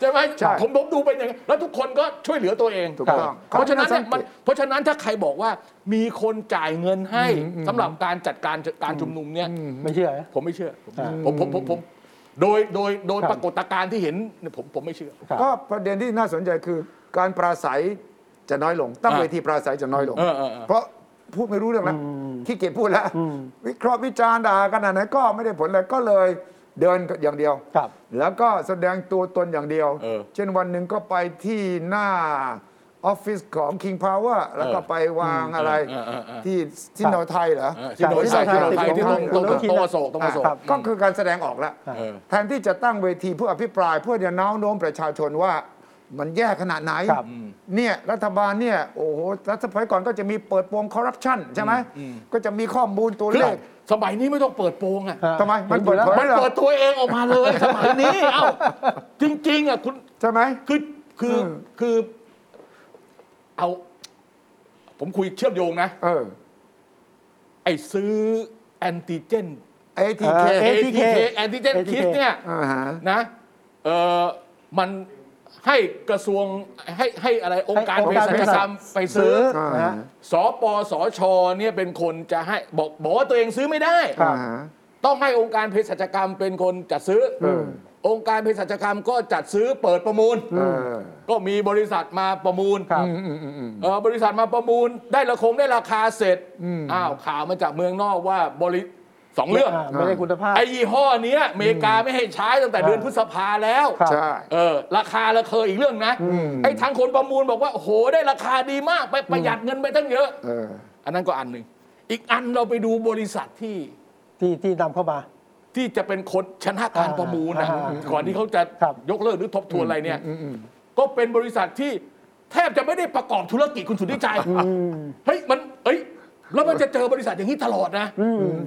Speaker 2: ใช่ไหม
Speaker 3: ใช่
Speaker 2: ผมผมดูเป็นอย่างนี้แล้วทุกคนก็ช่วยเหลือตัวเอง
Speaker 3: ถูกต้อง
Speaker 2: เพราะฉะนั้นเนี่
Speaker 3: ค
Speaker 2: ย
Speaker 3: รับ
Speaker 2: มันเพราะฉะนั้นถ้าใครบอกว่ามีคนจ่ายเงินให้สำหรับการจัดการการชุมนุมเนี่ย
Speaker 1: ไม่เชื่อนะ
Speaker 2: ผมไม่เชื่อผม
Speaker 1: อ่า
Speaker 2: ผมผมผมผมโดยโดยโดย
Speaker 1: ครับ
Speaker 2: ปรากฏการณ์ที่เห็นเนี่ยผมผมไม่เชื่อ
Speaker 1: ครับ
Speaker 3: ก็ประเด็นที่น่าสนใจคือการปราศัยจะน้อยลง ตั้ง
Speaker 2: อ่า
Speaker 3: เวทีปราศัยจะน้อยลง
Speaker 2: เออเออเออ
Speaker 3: เพราะพูดไม่รู้เรื่องแล้วขี้เกียจพูดแล้ว
Speaker 1: อืม
Speaker 3: วิเคราะห์วิจารณ์ด่ากันอะไรก็ไม่ได้ผลเลยก็เลยเดินอย่างเดียว
Speaker 1: ครับ
Speaker 3: แล้วก็แสดงตัวตนอย่างเดียว
Speaker 2: เออ
Speaker 3: เช่นวันหนึ่งก็ไปที่หน้าออฟฟิศของ King Power แล้วก็ไปวางอะไร
Speaker 2: เออเออเออ
Speaker 3: ที่ที่
Speaker 1: ครับ
Speaker 3: นอไทยเหรอ
Speaker 2: เออที่โดนใส่ที่โดนใส่ที่ตรงตรงตรงตรงอโศกตรงอโศก
Speaker 3: อ่ะครับก็คือการแสดงออกแล้ว
Speaker 2: เออ
Speaker 3: แทนที่จะตั้งเวทีเพื่ออภิปราย เพื่อจะน้าวโน้มประชาชนว่ามันแย่ขนาดไหน
Speaker 1: ครับ
Speaker 3: เนี่ยรัฐบาลเนี่ยโอ้โหรัฐสภาก่อนก็จะมีเปิดโปงคอร์รัปชันใช่ไหมก็จะมีข้อมูลตัว
Speaker 2: คือ
Speaker 3: เลข
Speaker 2: สมัยนี้ไม่ต้องเปิดโปงอะ
Speaker 1: ฮะ
Speaker 3: ทำไมมันเปิดเผ
Speaker 1: ห็
Speaker 3: ย
Speaker 2: มัน
Speaker 3: เหรอ
Speaker 2: เปิดตัวเองออกมาเลยสมัยนี้ เอ้า จริง ๆอ่ะคุณ
Speaker 3: ใช่ไหม
Speaker 2: คือคือ
Speaker 3: เออ
Speaker 2: คือ เอา ผมคุยเชื่อมโยงนะ
Speaker 3: เออ
Speaker 2: ไอ้ซื้อแอนติเจน
Speaker 3: ไอทีเค
Speaker 1: า ATK
Speaker 2: แอนติเจน
Speaker 1: ATK
Speaker 2: คิดเนี่ย
Speaker 3: อ่าฮะ
Speaker 2: นะเออมันให้กระทรวงให้ให้อะไรองค์การ
Speaker 1: ให้อ
Speaker 2: เภ
Speaker 1: งค์การ
Speaker 2: สัชกรรมไป
Speaker 1: เภสัชซื้
Speaker 2: ซื้อ
Speaker 1: อ
Speaker 3: นะฮะ
Speaker 2: สปสชเนี่ยเป็นคนจะให้บอกบอกว่าตัวเองซื้อไม่ได้
Speaker 1: ครับ
Speaker 3: อ่าฮะ
Speaker 2: ต้องให้องค์การเภสัชกรรมเป็นคนจัดซื้ออ
Speaker 3: ม
Speaker 2: องค์การเภสัชกรรมก็จัดซื้อเปิดประมูล
Speaker 3: เออ
Speaker 2: ก็มีบริษัทมาประมูล
Speaker 1: ครับ
Speaker 2: เอ่อบริษัทมาประมูลได้ละคงได้ราคาเสร็จอ้าวข่าวมาจากเมืองนอกว่าบริสองเรื่อง
Speaker 1: ไม่ได้คุณภาพ
Speaker 2: ไอ้ยี่ห้อเนี้ยอเมริกาไม่ให้ใช้ตั้งแต่เดือน
Speaker 1: อ่า
Speaker 2: พฤษภาแล้ว
Speaker 1: ครับ
Speaker 3: ใช่
Speaker 2: เออราคาละเคยอีกเรื่องนะ ไอ้ทางคนประมูลบอกว่าโอ้โหได้ราคาดีมากไปประหยัดเงินไปตั้งเยอะ
Speaker 3: เออ
Speaker 2: อันนั้นก็อันหนึ่งอีกอันเราไปดูบริษัทที่
Speaker 1: ที่ที่นำเข้ามา
Speaker 2: ที่จะเป็นคนชนะการประมูลนะ
Speaker 1: อ่าอ่า
Speaker 2: ก่อนที่เขาจะ
Speaker 1: ครับ
Speaker 2: ยกเลิกหรือทบทวนอะไรเนี่ยก็เป็นบริษัทที่แทบจะไม่ได้ประกอบธุรกิจคุณสุทธิชัยเฮ้ยมันเอ้ยแล้วมันจะเจอบริษัทอย่างนี้ตลอดนะ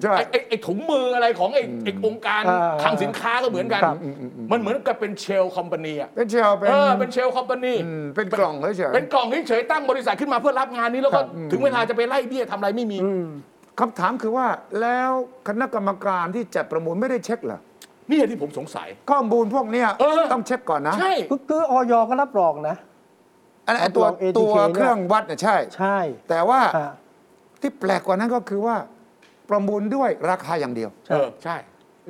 Speaker 3: ใช่
Speaker 2: ไอ้ไอ้ไอ้ถุงมืออะไรของไอ้ไอ้องค์การ
Speaker 1: อ่า
Speaker 2: คลังสินค้าก็เหมือนกัน มันเหมือนกับเป็นเชลคอมพานีอะ
Speaker 3: เป็นเชียวเป็น
Speaker 2: เออเป็นเชลคอมพานี
Speaker 3: อืมเป็นกล่องเฉย
Speaker 2: เป็นกล่องเฉยๆตั้งบริษัทขึ้นมาเพื่อรับงานนี้แล้วก็ถึงเวลาจะไปไล่เบี้ยทำอะไรไม่มี
Speaker 3: ๆคำถามคือว่าแล้วคณะกรรมการที่จัดประมูลไม่ได้เช็คเหรอ
Speaker 2: นี่ที่ผมสงสัย
Speaker 3: ข้อมูลพวกเนี้ย
Speaker 2: เออ
Speaker 3: ต้องเช็คก่อนนะ
Speaker 2: ใช่
Speaker 1: คือคือออยก็รับรองนะ
Speaker 3: อันนั้นไอ้ตัว
Speaker 1: รับรอง ATK
Speaker 3: ตัว
Speaker 1: เนี่ย
Speaker 3: เครื่องวัดเนี่ยใช่
Speaker 1: ใช่
Speaker 3: แต่ว่า
Speaker 1: ฮะ
Speaker 3: ที่แปลกกว่านั้นก็คือว่า ประมูลด้วยราคาอย่างเดียว
Speaker 1: ใช่
Speaker 2: เออใช่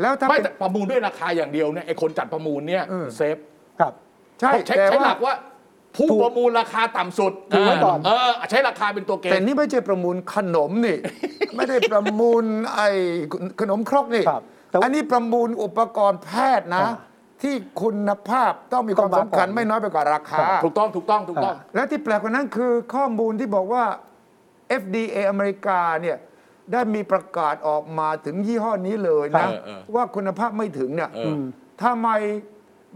Speaker 3: แล้วถ้า
Speaker 2: ไม่
Speaker 3: เป็น
Speaker 2: แต่ประมูลด้วยราคาอย่างเดียวเนี่ยไอ้คนจัดประมูลเนี่ย
Speaker 3: เออ
Speaker 2: เซฟ
Speaker 1: ครับ
Speaker 3: ใช่
Speaker 2: เขาใช้
Speaker 3: แต่
Speaker 2: ใช้ห
Speaker 3: ว่า
Speaker 2: ลักว่า ผู้
Speaker 1: ถูก
Speaker 2: ประมูลราคาต่ำสุด
Speaker 1: ถูกไว้ก่อน
Speaker 2: เออใช้ราคาเป็นตัวเก
Speaker 3: แต่
Speaker 2: ณฑ์
Speaker 3: นี่ไม่ใช่ประมูลขนม นี่ ไม่ได้ประมูลไอ้ขนมครกนี่
Speaker 1: ครับแต่ว่า
Speaker 3: อันนี้ประมูลอุปกรณ์แพทย์นะ
Speaker 1: อ่า
Speaker 3: ที่คุณภาพต้องมีค
Speaker 1: ต้
Speaker 3: วา
Speaker 1: อ
Speaker 3: ม
Speaker 1: งมา
Speaker 3: สำคัญ
Speaker 1: ก่อน
Speaker 3: ไม่น้อยไปกว่าราคา
Speaker 2: ถูกต้องถูกต้องถูกต้อง
Speaker 3: และที่แปลกกว่านั้นคือข้อมูลที่บอกว่า FDA อเมริกาเนี่ยได้มีประกาศออกมาถึงยี่ห้อนี้เลยนะ
Speaker 2: เออเออ
Speaker 3: ว่าคุณภาพไม่ถึงเนี่ย
Speaker 2: เอออืม
Speaker 3: ทำไม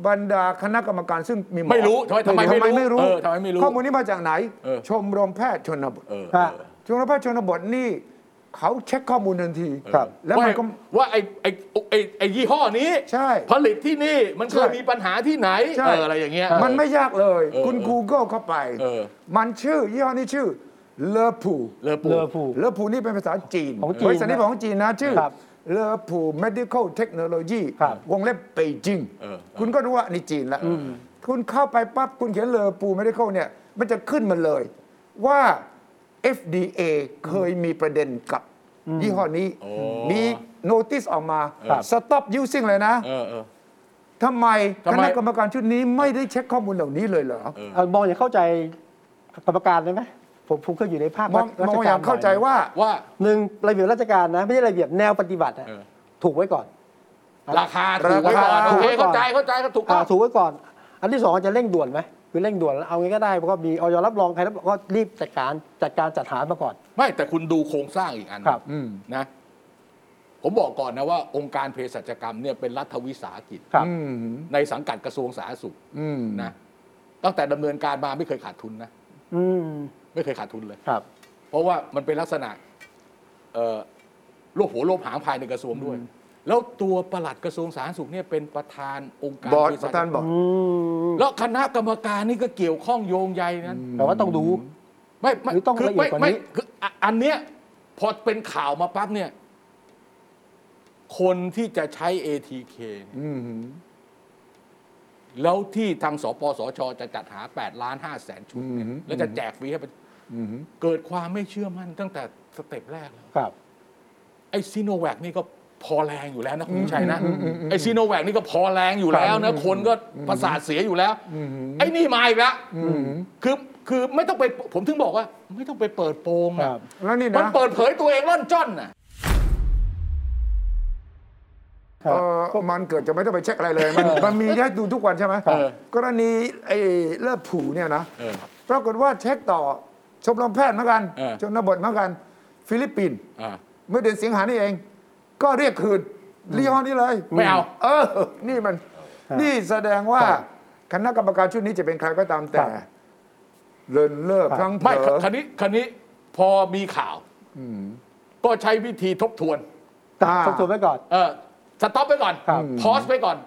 Speaker 3: บรรดาคณะกรรมการซึ่งมีหมอ
Speaker 2: ไม่รู้ทำไมทำไม
Speaker 3: ทำไม
Speaker 2: ไม่
Speaker 3: ไม่
Speaker 2: รู้
Speaker 3: รู้
Speaker 2: เออทำไมไม่รู้
Speaker 3: ข้อมูลนี้มาจากไหน
Speaker 2: เออ
Speaker 3: ชมรมแพทย์ชนบท
Speaker 2: เออ
Speaker 1: ฮะ
Speaker 3: ชมรมแพทย์ชนบทนี่เขาเช็คข้อมูลทันที
Speaker 1: ครับ
Speaker 3: แล้วมันก็
Speaker 2: ว่าว่าไอ้ไอ้ไอ้ไอ้ยี่ห้อนี้
Speaker 3: ใช่
Speaker 2: ผลิตที่นี่มันเคย
Speaker 3: ใช่
Speaker 2: มีปัญหาที่ไหน
Speaker 3: ใช่
Speaker 2: เอออะไรอย่างเงี้ย
Speaker 3: มันไม่ยากเลย
Speaker 2: เออ
Speaker 3: คุณ Google เข้าไป
Speaker 2: เออ
Speaker 3: มันชื่อยี่ห้อนี้ชื่อเลอพู
Speaker 2: เลอปู
Speaker 1: เลอผู
Speaker 3: เลอผูนี่เป็นภาษาจีน
Speaker 1: ของจีน
Speaker 3: บริษัทนี้เป็นของจีนนะชื่อ
Speaker 1: ครับ
Speaker 3: เลอผู medical technology
Speaker 1: ครับ
Speaker 3: วงเล็บปีจิง
Speaker 2: เออ
Speaker 3: คุณก็รู้ว่านี่จีนละคุณเข้าไปปั๊บ คุณเขียนเลอปู medical เนี่ย มันจะขึ้นมาเลย ว่า FDA เคยมีประเด็นกับยี่ห้อนี้
Speaker 2: โอ้
Speaker 3: มี notice ออกมา
Speaker 1: ครับ
Speaker 3: stop using เลยนะ
Speaker 2: เออเออ
Speaker 3: ทำไม
Speaker 2: ทำ
Speaker 3: ค
Speaker 2: ไม
Speaker 3: ณะกรรมการชุดนี้ไม่ได้เช็คข้อมูลเหล่านี้เลยเหรอ
Speaker 1: เอามองอย่างเข้าใจกรรมการได้ไหมผมผมเคยอยู่ในภาค
Speaker 3: มอง
Speaker 1: ราชก
Speaker 3: มอ
Speaker 1: รง
Speaker 3: อย่างเข้าใจว่า
Speaker 2: ว่า
Speaker 1: หนึ่งระเบียบราชการนะไม่ใช่ระเบียบแนวปฏิบัติอะ
Speaker 2: เออ
Speaker 1: ถูกไว้ก่อน
Speaker 2: ราคาถูกไว้ก่อน
Speaker 3: ราคา
Speaker 2: โอเค
Speaker 1: ถูกไว้ก่อน
Speaker 2: เข้าใจเข้าใจก็ถูกต้
Speaker 1: อ่า
Speaker 2: อง
Speaker 1: ถูกไว้ก่อน อันที่สองอาจจะเร่งด่วนไหมคือเร่งด่วนเอาไงก็ได้เพราะว่ามีออยรับรองใครรับรองก็รีบจัดการจัดการจัดหามาก่อน
Speaker 2: ไม่แต่คุณดูโครงสร้างอีกอัน
Speaker 1: ครับ
Speaker 3: อืม
Speaker 2: นะ ผมบอกก่อนนะว่า องค์การเภสัชกรรมเนี่ยเป็นรัฐวิสาหกิจ
Speaker 1: ครับ
Speaker 3: อืม
Speaker 2: ในสังกัดกระทรวงสาธารณสุข
Speaker 3: อืม
Speaker 2: นะตั้งแต่ดำเนินการมาไม่เคยขาดทุนนะ
Speaker 1: อืม
Speaker 2: ไม่เคยขาดทุนเลย
Speaker 1: ครับ
Speaker 2: เพราะว่ามันเป็นลักษณะเอ่อรวบหัวรวบหางภายในกระทรวงด้วย แล้วตัวประหลัดกระทรวงสาธารณสุขเนี่ยเป็นประธานองค์การ
Speaker 3: บอร์ด
Speaker 2: เภ
Speaker 3: ป
Speaker 2: สัช
Speaker 3: ระธานบอก
Speaker 1: อืม
Speaker 2: แล้วคณะกรรมการนี่ก็เกี่ยวข้องโยงใยนะ
Speaker 1: แต่ว่าต้องดู
Speaker 2: ไม่ไม่
Speaker 1: หรือต้อง
Speaker 2: คื
Speaker 1: ละเอียดก
Speaker 2: ไม่
Speaker 1: ว่านี้
Speaker 2: ไม่คืออ่ะอันเนี้ยพอเป็นข่าวมาปั๊บเนี่ย คนที่จะใช้ ATK เนี่ย
Speaker 3: อืม
Speaker 2: แล้วที่ทางสปสชจะจัดหา8ล้าน5แสนชุดเนี่ยแล้วจะแจกฟรีให้ประชาชน
Speaker 3: อืม
Speaker 2: เกิดความไม่เชื่อมั่นตั้งแต่สเต็ปแรกแล้ว
Speaker 1: ครับ
Speaker 2: ไอ้ซีโนแวคนี่ก็พอแรงอยู่แล้วนะคุณชัยนะไอ้ซีโนแวคนี่ก็พอแรงอยู่แล้วนะคนก็ประสาทเสียอยู่แล้วไอ้นี่มาอีกแล้วคือคือไม่ต้องไปผมถึงบอกว่า ไม่ต้องไปเปิดโปง
Speaker 1: ค
Speaker 2: อะ
Speaker 1: รับ
Speaker 3: แล้วนี่
Speaker 2: มัน
Speaker 3: นะ
Speaker 2: เปิดเผยตัวเองล่อนจ้อนน่ะ
Speaker 1: ครั
Speaker 3: เอบ อมันเกิดจะไม่ต้องไปเช็คอะไรเลย มันมันมีให้ดูทุกวันใช่ไหม
Speaker 2: เออ
Speaker 3: กรณีไอ้เลิศผูเนี่ยนะ
Speaker 2: เออ
Speaker 3: ปรากฏว่าเช็คต่อชมรมแพทย์เหมือนกัน
Speaker 2: เออ
Speaker 3: ชนบทเหมือนกัน ฟิลิปปินส์
Speaker 2: อ่ะ
Speaker 3: เมื่อเดือนสิงหานี่เอง ก็เรียกคืนรีฮอนนี้เลย
Speaker 2: ไม่เอา
Speaker 3: เออ นี่มัน
Speaker 1: ครับ
Speaker 3: นี่แสดงว่า
Speaker 1: ครับ
Speaker 3: คณะกรรมการชุดนี้จะเป็นใครก็ตาม
Speaker 1: ค
Speaker 3: แต่
Speaker 1: รับ
Speaker 3: เลินเล่อ
Speaker 1: ครับ
Speaker 3: พลังเผล
Speaker 2: ไม่
Speaker 3: อ
Speaker 2: คันนี้คันนี้พอมีข่าว ก็ใช้วิธีทบทวน
Speaker 3: อ่า
Speaker 1: ทบทวนไว้ก่อน
Speaker 2: เออสต็อปไปก่อน
Speaker 1: ครับ
Speaker 2: พอสไปก่อน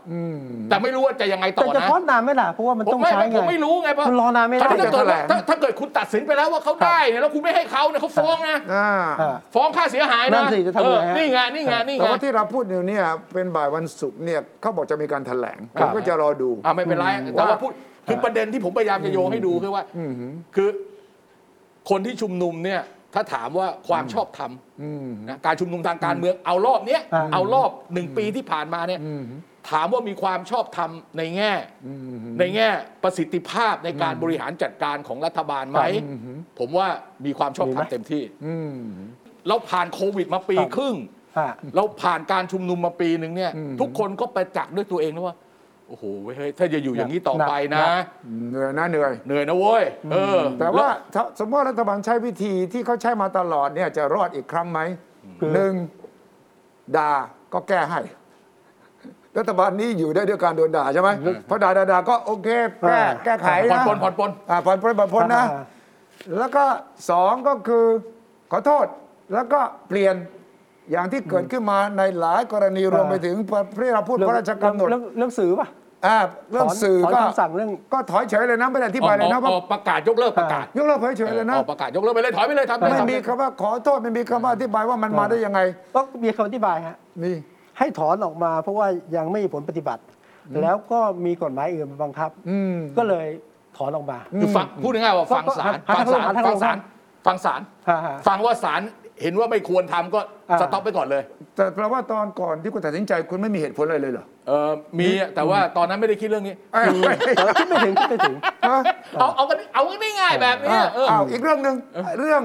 Speaker 2: แต่ไม่รู้ว่าจะยังไงต่
Speaker 1: แต่
Speaker 2: อ
Speaker 1: จะ
Speaker 2: นะ
Speaker 1: พอดนานไหมล่ะเพราะว่ามัน
Speaker 2: ผ
Speaker 1: ต้อ
Speaker 2: ม
Speaker 1: ง
Speaker 2: ไม่
Speaker 1: ใช้ไง
Speaker 2: ผมไม่รู้ไงเพราะ
Speaker 1: มันรอนานไม่ได้
Speaker 2: คราวถ้าเกิด
Speaker 3: จะแถล
Speaker 2: ว่า
Speaker 3: ง
Speaker 2: ถ้าถ้าเกิดคุณตัดสินไปแล้วว่าเขาได้เนี่ยแล้วคุณไม่ให้เขาเนี่ยเขาฟ้องนะ
Speaker 3: อ่า
Speaker 1: อ่า
Speaker 2: ฟ้องค่าเสียหาย
Speaker 1: นั่
Speaker 2: นะ
Speaker 1: นสิจะทำยังไงฮะ
Speaker 2: เออนี่ไงนี่ไงนี่ไง
Speaker 3: แต่ว่าที่เราพูดอยู่เนี่ยเป็นบ่ายวันศุกร์เนี่ยเขาบอกจะมีการแถลงผมก็จะรอดู
Speaker 2: อ่าไม่เป็นไรแต่ว่าพูดคือประเด็นที่ผมพยายามจะโยงให้ดูคือว่าคือคนที่ชุมนุมเนี่ย ถ้าถามว่าความชอบธรรมนะการชุมนุมทางการเมืองเอารอบเนี้ย
Speaker 1: อ่า
Speaker 2: เอารอบหนึ่งปีที่ผ่านมาเนี่ยถามว่ามีความชอบธรรมในแง่ ในแง่ประสิทธิภาพในการบริหารจัดการของรัฐบาลไหมผมว่ามีความชอบธรรมเต็มที่เราผ่านโควิดมาปีครึ่ง
Speaker 1: อ่า
Speaker 2: เราผ่านการชุมนุมมาปีหนึ่งเนี่ย ทุกคนก็ประจักษ์ด้วยตัวเองนะว่า โอ้โหเว้ยเฮ้ยถ้าจะอยู่อย่างนี้ต่อไปนะ
Speaker 1: หนัก
Speaker 3: เหนื่อยนะเหนื่อย
Speaker 2: เหนื่อยนะเว้ยเออ
Speaker 3: แต่ว่าถ้าสมมติว่ารัฐบาลใช้วิธีที่เขาใช้มาตลอดเนี่ยจะรอดอีกครั้งไหมหนึ่งด่าก็แก้ให้ รัฐบาลนี้อยู่ได้ด้วยการโดนด่าใช่ไหมเพราะด่าด่าด่าก็โอเคแก้
Speaker 1: อ่า
Speaker 3: แก้ไข
Speaker 2: แล้วผ่อน
Speaker 3: นะ
Speaker 2: ปลนผ่อนปลน
Speaker 3: อ่าผ่อนปลนผ่อนปลนนะ แล้วก็สองก็คือขอโทษแล้วก็เปลี่ยนอย่างที่เกิดขึ้นมาในหลายกรณีรวมไปถึงที่เราพูดพระราชกำหนด
Speaker 1: เรื่องเรื่องสื่อป่ะ
Speaker 3: อ่าเรื่องสื่อ
Speaker 1: ถอน
Speaker 3: ก็
Speaker 1: คำสั่งเรื่อง
Speaker 3: ก็ถอยเฉยเลยนะไม่ได้อ
Speaker 2: ออบ
Speaker 3: ธิาย
Speaker 2: ก
Speaker 3: เลย
Speaker 2: อ
Speaker 3: นะ
Speaker 2: อก
Speaker 3: ว่า
Speaker 2: ออกประกาศยกเลิกประกาศ
Speaker 3: ยกเลิกเฉยๆเลยนะ
Speaker 2: ออกประกาศยกเลิกไปเลยถอยไปเลยทำเลย
Speaker 3: ไม่
Speaker 2: ทำเล
Speaker 3: มี
Speaker 2: ย
Speaker 3: คำว่าขอโทษไม่มีคำว่าอธิบายว่ามันมาได้ยังไง
Speaker 1: ต้องมีคำอธิบายฮะ
Speaker 3: มี
Speaker 1: ให้ถอนออกมาเพราะว่ายังไม่มีผลปฏิบัติ แล้วก็มีกฎหมายอื่นมาบังคับ
Speaker 3: อืม
Speaker 1: ก็เลยถอนออกมา
Speaker 2: คือฟังพูดง่ายๆว่าฟังศาล
Speaker 1: หา
Speaker 2: ฟัง
Speaker 1: ทางลหา
Speaker 2: ศาง ล
Speaker 1: ทางล
Speaker 2: ฟัง
Speaker 1: ง
Speaker 2: ศาลฟังศาล
Speaker 1: ฮะฮะ
Speaker 2: ฟังว่าศาลเห็นว่าไม่ควรทำก็
Speaker 1: อ่า
Speaker 2: สต็อปไปก่อนเลย
Speaker 3: แต่แปลว่าตอนก่อนที่คุณตัดสินใจคุณไม่มีเหตุผลอะไรเลยเหรอ
Speaker 2: เออมีอะแต่ว่าตอนนั้นไม่ได้คิดเรื่องนี้
Speaker 3: เอ้ย
Speaker 1: แต่เราคิดไม่ถึงคิดไม่ถึง
Speaker 3: ฮะ
Speaker 2: เอาเอากันเอากันง่ายๆแบบนี้
Speaker 3: อ้าว
Speaker 2: เออ
Speaker 3: อ้าวอีกเรื่องหนึ่งเรื่อง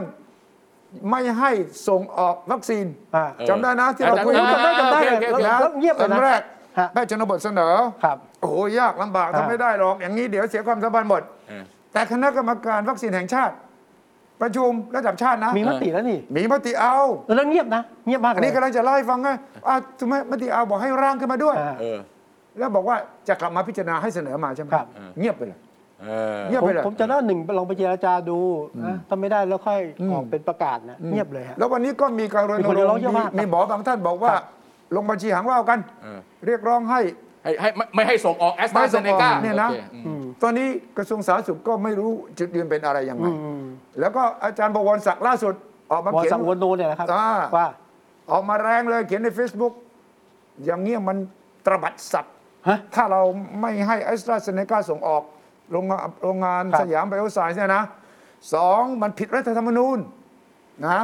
Speaker 3: ไม่ให้ส่งออกวัคซีน
Speaker 1: อ่า
Speaker 3: จำได้นะที่เราคุย
Speaker 2: อ่า
Speaker 3: กั
Speaker 1: จำได้
Speaker 3: น
Speaker 1: จำได้
Speaker 2: โอเคโอเค
Speaker 1: เรา
Speaker 3: นะ
Speaker 1: เราเงียบ
Speaker 3: ต
Speaker 1: เล
Speaker 3: อย น
Speaker 1: นะ
Speaker 3: แรก
Speaker 1: ฮะ
Speaker 3: แพทย์ชนบทเสนอ
Speaker 1: ครับ
Speaker 3: โอ้โหยากลำบาก
Speaker 1: อ่า
Speaker 3: ทำไม่ได้หรอก อย่างนี้เดี๋ยวเสียความสบายหมด
Speaker 2: เออ
Speaker 3: แต่คณะกรรมการวัคซีนแห่งชาติ ประชุมระดับชาตินะ
Speaker 1: มีมติแล้วนี่
Speaker 3: มีมติเอา
Speaker 1: แล้วเงียบนะ เงียบมาก
Speaker 3: อัน
Speaker 1: เลย
Speaker 3: นี้กำลังจะเล่าให้ฟังไงอ่ะทำไมมติเอาบอกให้ร่างขึ้นมาด้วย
Speaker 1: อ่า
Speaker 2: เออ
Speaker 3: แล้วบอกว่าจะกลับมาพิจารณาให้เสนอมาใช่ไหม
Speaker 1: ครับ
Speaker 3: เงียบไปเลย
Speaker 2: เออ
Speaker 3: เงียบ
Speaker 1: ผม
Speaker 3: ไปเลย
Speaker 1: ผมจะได้หนึ่งลองไปเจรจาดูนะถ้าไม่ได้แล้วค่อยออกเป็นประกาศนะ เงียบเลยฮะ
Speaker 3: แล้ววันนี้ก็มีการร
Speaker 1: มี
Speaker 3: ณ
Speaker 1: คนเรียกร้
Speaker 3: ร
Speaker 1: อง
Speaker 3: ง
Speaker 1: เยอะ
Speaker 3: ค์มี
Speaker 1: มากครับ
Speaker 3: มีหมอบางท่านบอกว่า ลงบัญชีหางว่าวกัน
Speaker 2: เออ
Speaker 3: เรียกร้องให้
Speaker 2: ให้ให้ไม่ไม่ให้ส่งออกแอสตรา
Speaker 3: ไม่
Speaker 2: เซ
Speaker 3: ส่ง
Speaker 2: เน
Speaker 3: ออก
Speaker 2: กา
Speaker 3: เนี่ยนะ
Speaker 1: อืม
Speaker 3: ตอนนี้กระทรวงสาธารณสุขก็ไม่รู้จุดยืนเป็นอะไรยังไง
Speaker 1: อืม
Speaker 3: แล้วก็อาจารย์บวรศักดิ์ล่าสุดออกมา
Speaker 1: อ
Speaker 3: วเขียน
Speaker 1: สังวนโนเนี่ยนะครับ
Speaker 3: อ่า
Speaker 1: ว่า
Speaker 3: ออกมาแรงเลยเขียนใน Facebook อย่างเงี้ยมันตระบัดสัตว์
Speaker 4: ฮะ
Speaker 3: ถ้าเราไม่ให้แอสตราเซเนกาส่งออกโรงงานโรงงาน
Speaker 1: ครับ
Speaker 3: สยามไบโอไซน์เนี่ยนะสองมันผิดรัฐธรรมนูญนะ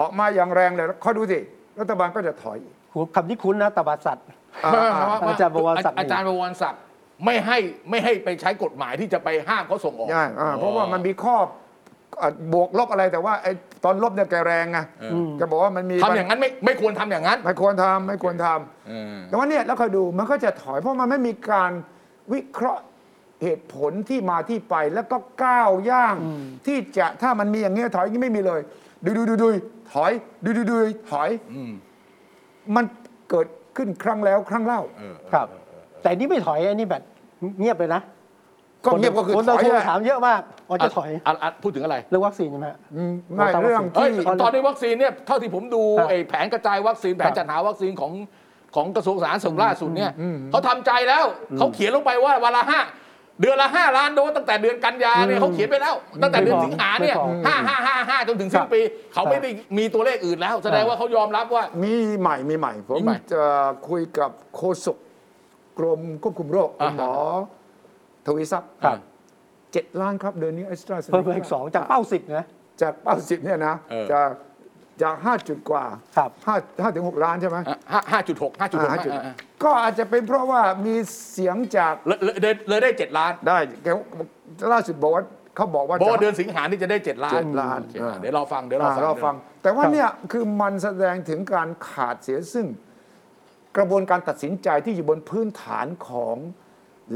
Speaker 3: ออกมาอย่างแรงเลยคอยดูสิ รัฐบาลก็จะถอยอีก
Speaker 1: หัวคำที่คุ้นนะตบาสัตว์
Speaker 3: อ่า อ่า
Speaker 1: อาจารย์บวรศักดิ์
Speaker 2: อาจารย์บวรศักดิ์ไม่ให้ไม่ให้ไปใช้กฎหมายที่จะไปห้ามเขาส่งออก
Speaker 3: ใช่อ่าเพราะว่ามันมีข้ออ่ะบวกลบอะไรแต่ว่าไอ้ตอนลบเนี่ยแกแรงไง
Speaker 2: เออ
Speaker 3: แกบอกว่ามันมี
Speaker 2: ทำอย่างนั้นไม่ไม่ควรทำอย่างนั้น
Speaker 3: ไม่ควรทำไม่ควรทำ
Speaker 2: เออ
Speaker 3: แต่ว่าเนี่ยแล้วคอยดูมันก็จะถอยเพราะมันไม่มีการวิเคราะห์เหตุผลที่มาที่ไปแล้วก็ก้าวย่าง ที่จะถ้ามันมีอย่างเงี้ยถอยอยางงี้ไม่มีเลย ดูดูดูดูถอยดูดูดูถอย
Speaker 2: อืม
Speaker 3: มันเกิดขึ้นครั้งแล้วครั้งเล่า
Speaker 1: ครับ แต่นี่ไม่ถอยอันนี้แบบเงียบเลยนะ
Speaker 3: ก็เงียบก็คือ
Speaker 1: คน
Speaker 3: ถ
Speaker 1: เรา
Speaker 3: อย
Speaker 1: โทร
Speaker 3: แหละ
Speaker 1: ถามเยอะมากว่าจะถอย
Speaker 2: ะะพูดถึงอะไร
Speaker 1: เรื่องวัคซีนใช่ไหมฮะ
Speaker 3: อืมไม่เรื่อง
Speaker 2: เอ้ย
Speaker 3: ที่
Speaker 2: ตอนนี้วัคซีนเนี่ยเท่าที่ผมดู
Speaker 1: ครับ
Speaker 2: ไอ้แผนกระจายวัคซีนแผนจัดหาวัคซีนของของกระทรวงสาธารณสุขล่าสุดเนี่ยเขาทำใจแล้วเขาเขียนลงไปว่าวันละห้าเดือนละห้าล้านโดสตั้งแต่เดือนกันยาเนี่ยเขาเขียนไปแล้ว ตั้งแต่เดือนสิงหาเนี่ย
Speaker 1: ไม่พอ
Speaker 2: ห้าห้าห้าห้าจนถึงสิ้นปี เขาไม่ได้มีตัวเลขอื่นแล้ว แสด
Speaker 1: ค
Speaker 2: ง
Speaker 1: รับ
Speaker 2: ว่าเขายอมรับว่า
Speaker 3: มีใหม่มีใหม่ ผม
Speaker 2: มีใหม่
Speaker 3: จะคุยกับโฆษกกรมควบคุมโรคคุ
Speaker 2: อ่า
Speaker 3: ณหม
Speaker 2: ฮะ
Speaker 3: อทวีทรัพย์
Speaker 2: ครับ
Speaker 3: เจ็ดล้านครับเดือนนี้ไอสตราเซเน
Speaker 1: เพิ่มไปอีกสองจากเป้าสิบนะ
Speaker 3: จากเป้าสิบเนี่ยนะ
Speaker 2: เออ
Speaker 3: จากจากห้าจุดกว่า
Speaker 1: ครับ
Speaker 3: ห้าห้าถึงหกล้านใช่ไหม
Speaker 2: ห้าห้าจุดหกห้าจุดหก
Speaker 3: อ่าห้าจุดก็อาจจะเป็นเพราะว่ามีเสียงจาก
Speaker 2: เลยเลยเลยได้เจ็ดล้าน
Speaker 3: ได้แกล่าสุดบอกว่าเขาบอกว่า
Speaker 2: บอกว่า
Speaker 3: จะ
Speaker 2: เดือนสิงหานี่จะได้เจ็ดล้าน
Speaker 3: เจ็ดล้าน
Speaker 2: โอเคเดี๋ยวเราฟังเดี๋ยวเรา
Speaker 3: อ่า
Speaker 2: ฟัง
Speaker 3: เราฟัง แต่ว่าเนี่ยคือมันแสดงถึงการขาดเสียซึ่ง กระบวนการตัดสินใจที่อยู่บนพื้นฐานของ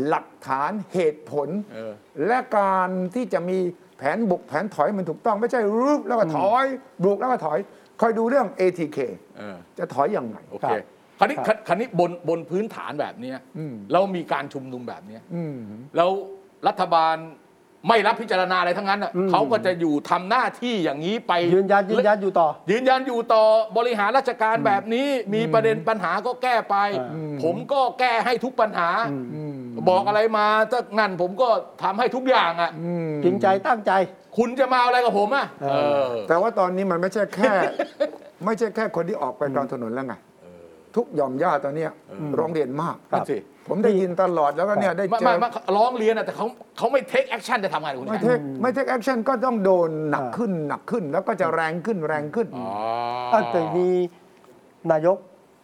Speaker 3: หลักฐานเหตุผล
Speaker 2: เออ
Speaker 3: และการที่จะมีแผนบุกแผนถอยมันถูกต้องไม่ใช่รูปแล้วก็ถอยบุกแล้วก็ถอย คอยดูเรื่อง ATK
Speaker 2: เออ
Speaker 3: จะถอยอย่างไง
Speaker 2: โอเคคราวนี้คราวนี้บนบนพื้นฐานแบบเนี้ยแล้วมีการชุมนุมแบบเนี้ยแล้วรัฐบาลไม่รับพิจารณาอะไรทั้งนั้นน่ะเขาก็จะอยู่ทำหน้าที่อย่างนี้ไป
Speaker 1: ยืนยันยืนยันอยู่ต่อ
Speaker 2: ยืนยันอยู่ต่อบริหารราชการแบบนี้ มีประเด็นปัญหาก็แก้ไป ผมก็แก้ให้ทุกปัญหา บอกอะไรมาจากนั่นผมก็ทำให้ทุกอย่างอ่ะ
Speaker 1: จริงใจตั้งใจ
Speaker 2: คุณจะมาเอาอะไรกับผมอ่ะเออ
Speaker 3: แต่ว่าตอนนี้มันไม่ใช่แค่ ไม่ใช่แค่คนที่ออกไปกลางถนนแล้วไงทุกหย่อมย่าตอนเนี้ยร้องเรียนมาก
Speaker 2: ครับ
Speaker 3: ผมได้ยินตลอดแล้วก็เนี่ยได้
Speaker 2: ไม่
Speaker 3: เจ
Speaker 2: ไม่
Speaker 3: อ
Speaker 2: ไม่ร้องเรียนอะแต่เขาเขาไม่เทคแอคชั่นจะทำอะไรคุณ
Speaker 3: ไม่
Speaker 2: แท
Speaker 3: เท
Speaker 2: น
Speaker 3: คไม่เทคแอคชั่นก็ต้องโดนหนัก
Speaker 1: อ่า
Speaker 3: ขึ้นหนักขึ้น แล้วก็จะแรงขึ้นแรงขึ้น
Speaker 2: อ๋อ
Speaker 1: ตั้งแต่มีนายก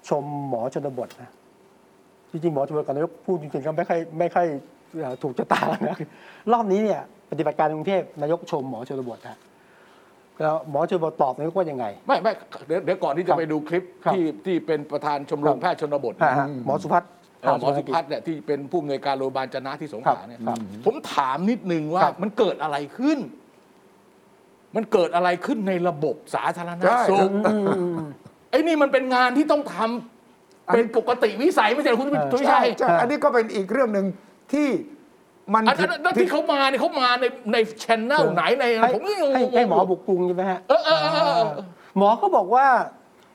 Speaker 1: ชมหมอชนบทนะจริงๆหมอชนบทกับนายกพูดจริงๆก็ไม่ค่อยไม่ค่อยเอ่อถูกชะตากันนะรอบนี้เนี่ยปฏิบัติการกรุงเทพนายกชมหมอชนบทฮะแล้วหมอชนบทตอบนายกว่ายังไง
Speaker 2: ไม่ไม่เดี๋ยวเดี๋ยวก่อนที่
Speaker 1: ครั
Speaker 2: จะ
Speaker 1: บ
Speaker 2: ไปดูคลิป
Speaker 1: ครับ
Speaker 2: ที่ที่เป็นประธานชมร
Speaker 1: ครั
Speaker 2: ม
Speaker 1: บ
Speaker 2: แพทย์ชนบท
Speaker 1: ฮะฮะหมอสุพัฒน์
Speaker 2: เอ่อหมอสุพัฒน์เนี่ยที่เป็นผู้อำนวยการโรงพยาบาลจนะที่สงขลาเนี่ย
Speaker 1: ครับ
Speaker 2: ผมถามนิดนึงว่า
Speaker 1: ครับ
Speaker 2: มันเกิดอะไรขึ้น มันเกิดอะไรขึ้นในระบบสาธารณ
Speaker 3: ใช่
Speaker 2: สุ
Speaker 1: อื
Speaker 2: ข
Speaker 1: มอืมอืม
Speaker 2: ไอ้นี่มันเป็นงานที่ต้องทำเป็นปกติวิสัยไม่ใช่เหรอคุณทุวิชัย
Speaker 3: ใช่อันนี้ก็เป็นอีกเรื่องหนึ่งที่มัน
Speaker 2: อัน
Speaker 3: ผิ
Speaker 2: นั้
Speaker 3: ด
Speaker 2: นอันนั้นที่เขามาเนี่ยเขามาในในชแนล
Speaker 1: เออ
Speaker 2: ไหนใน
Speaker 1: ให้
Speaker 2: ผมนี่
Speaker 1: ให้ให้หมอบุกกรุงใช่ไหมฮะ
Speaker 2: เออเออเออเออ
Speaker 1: หมอเขาบอกว่า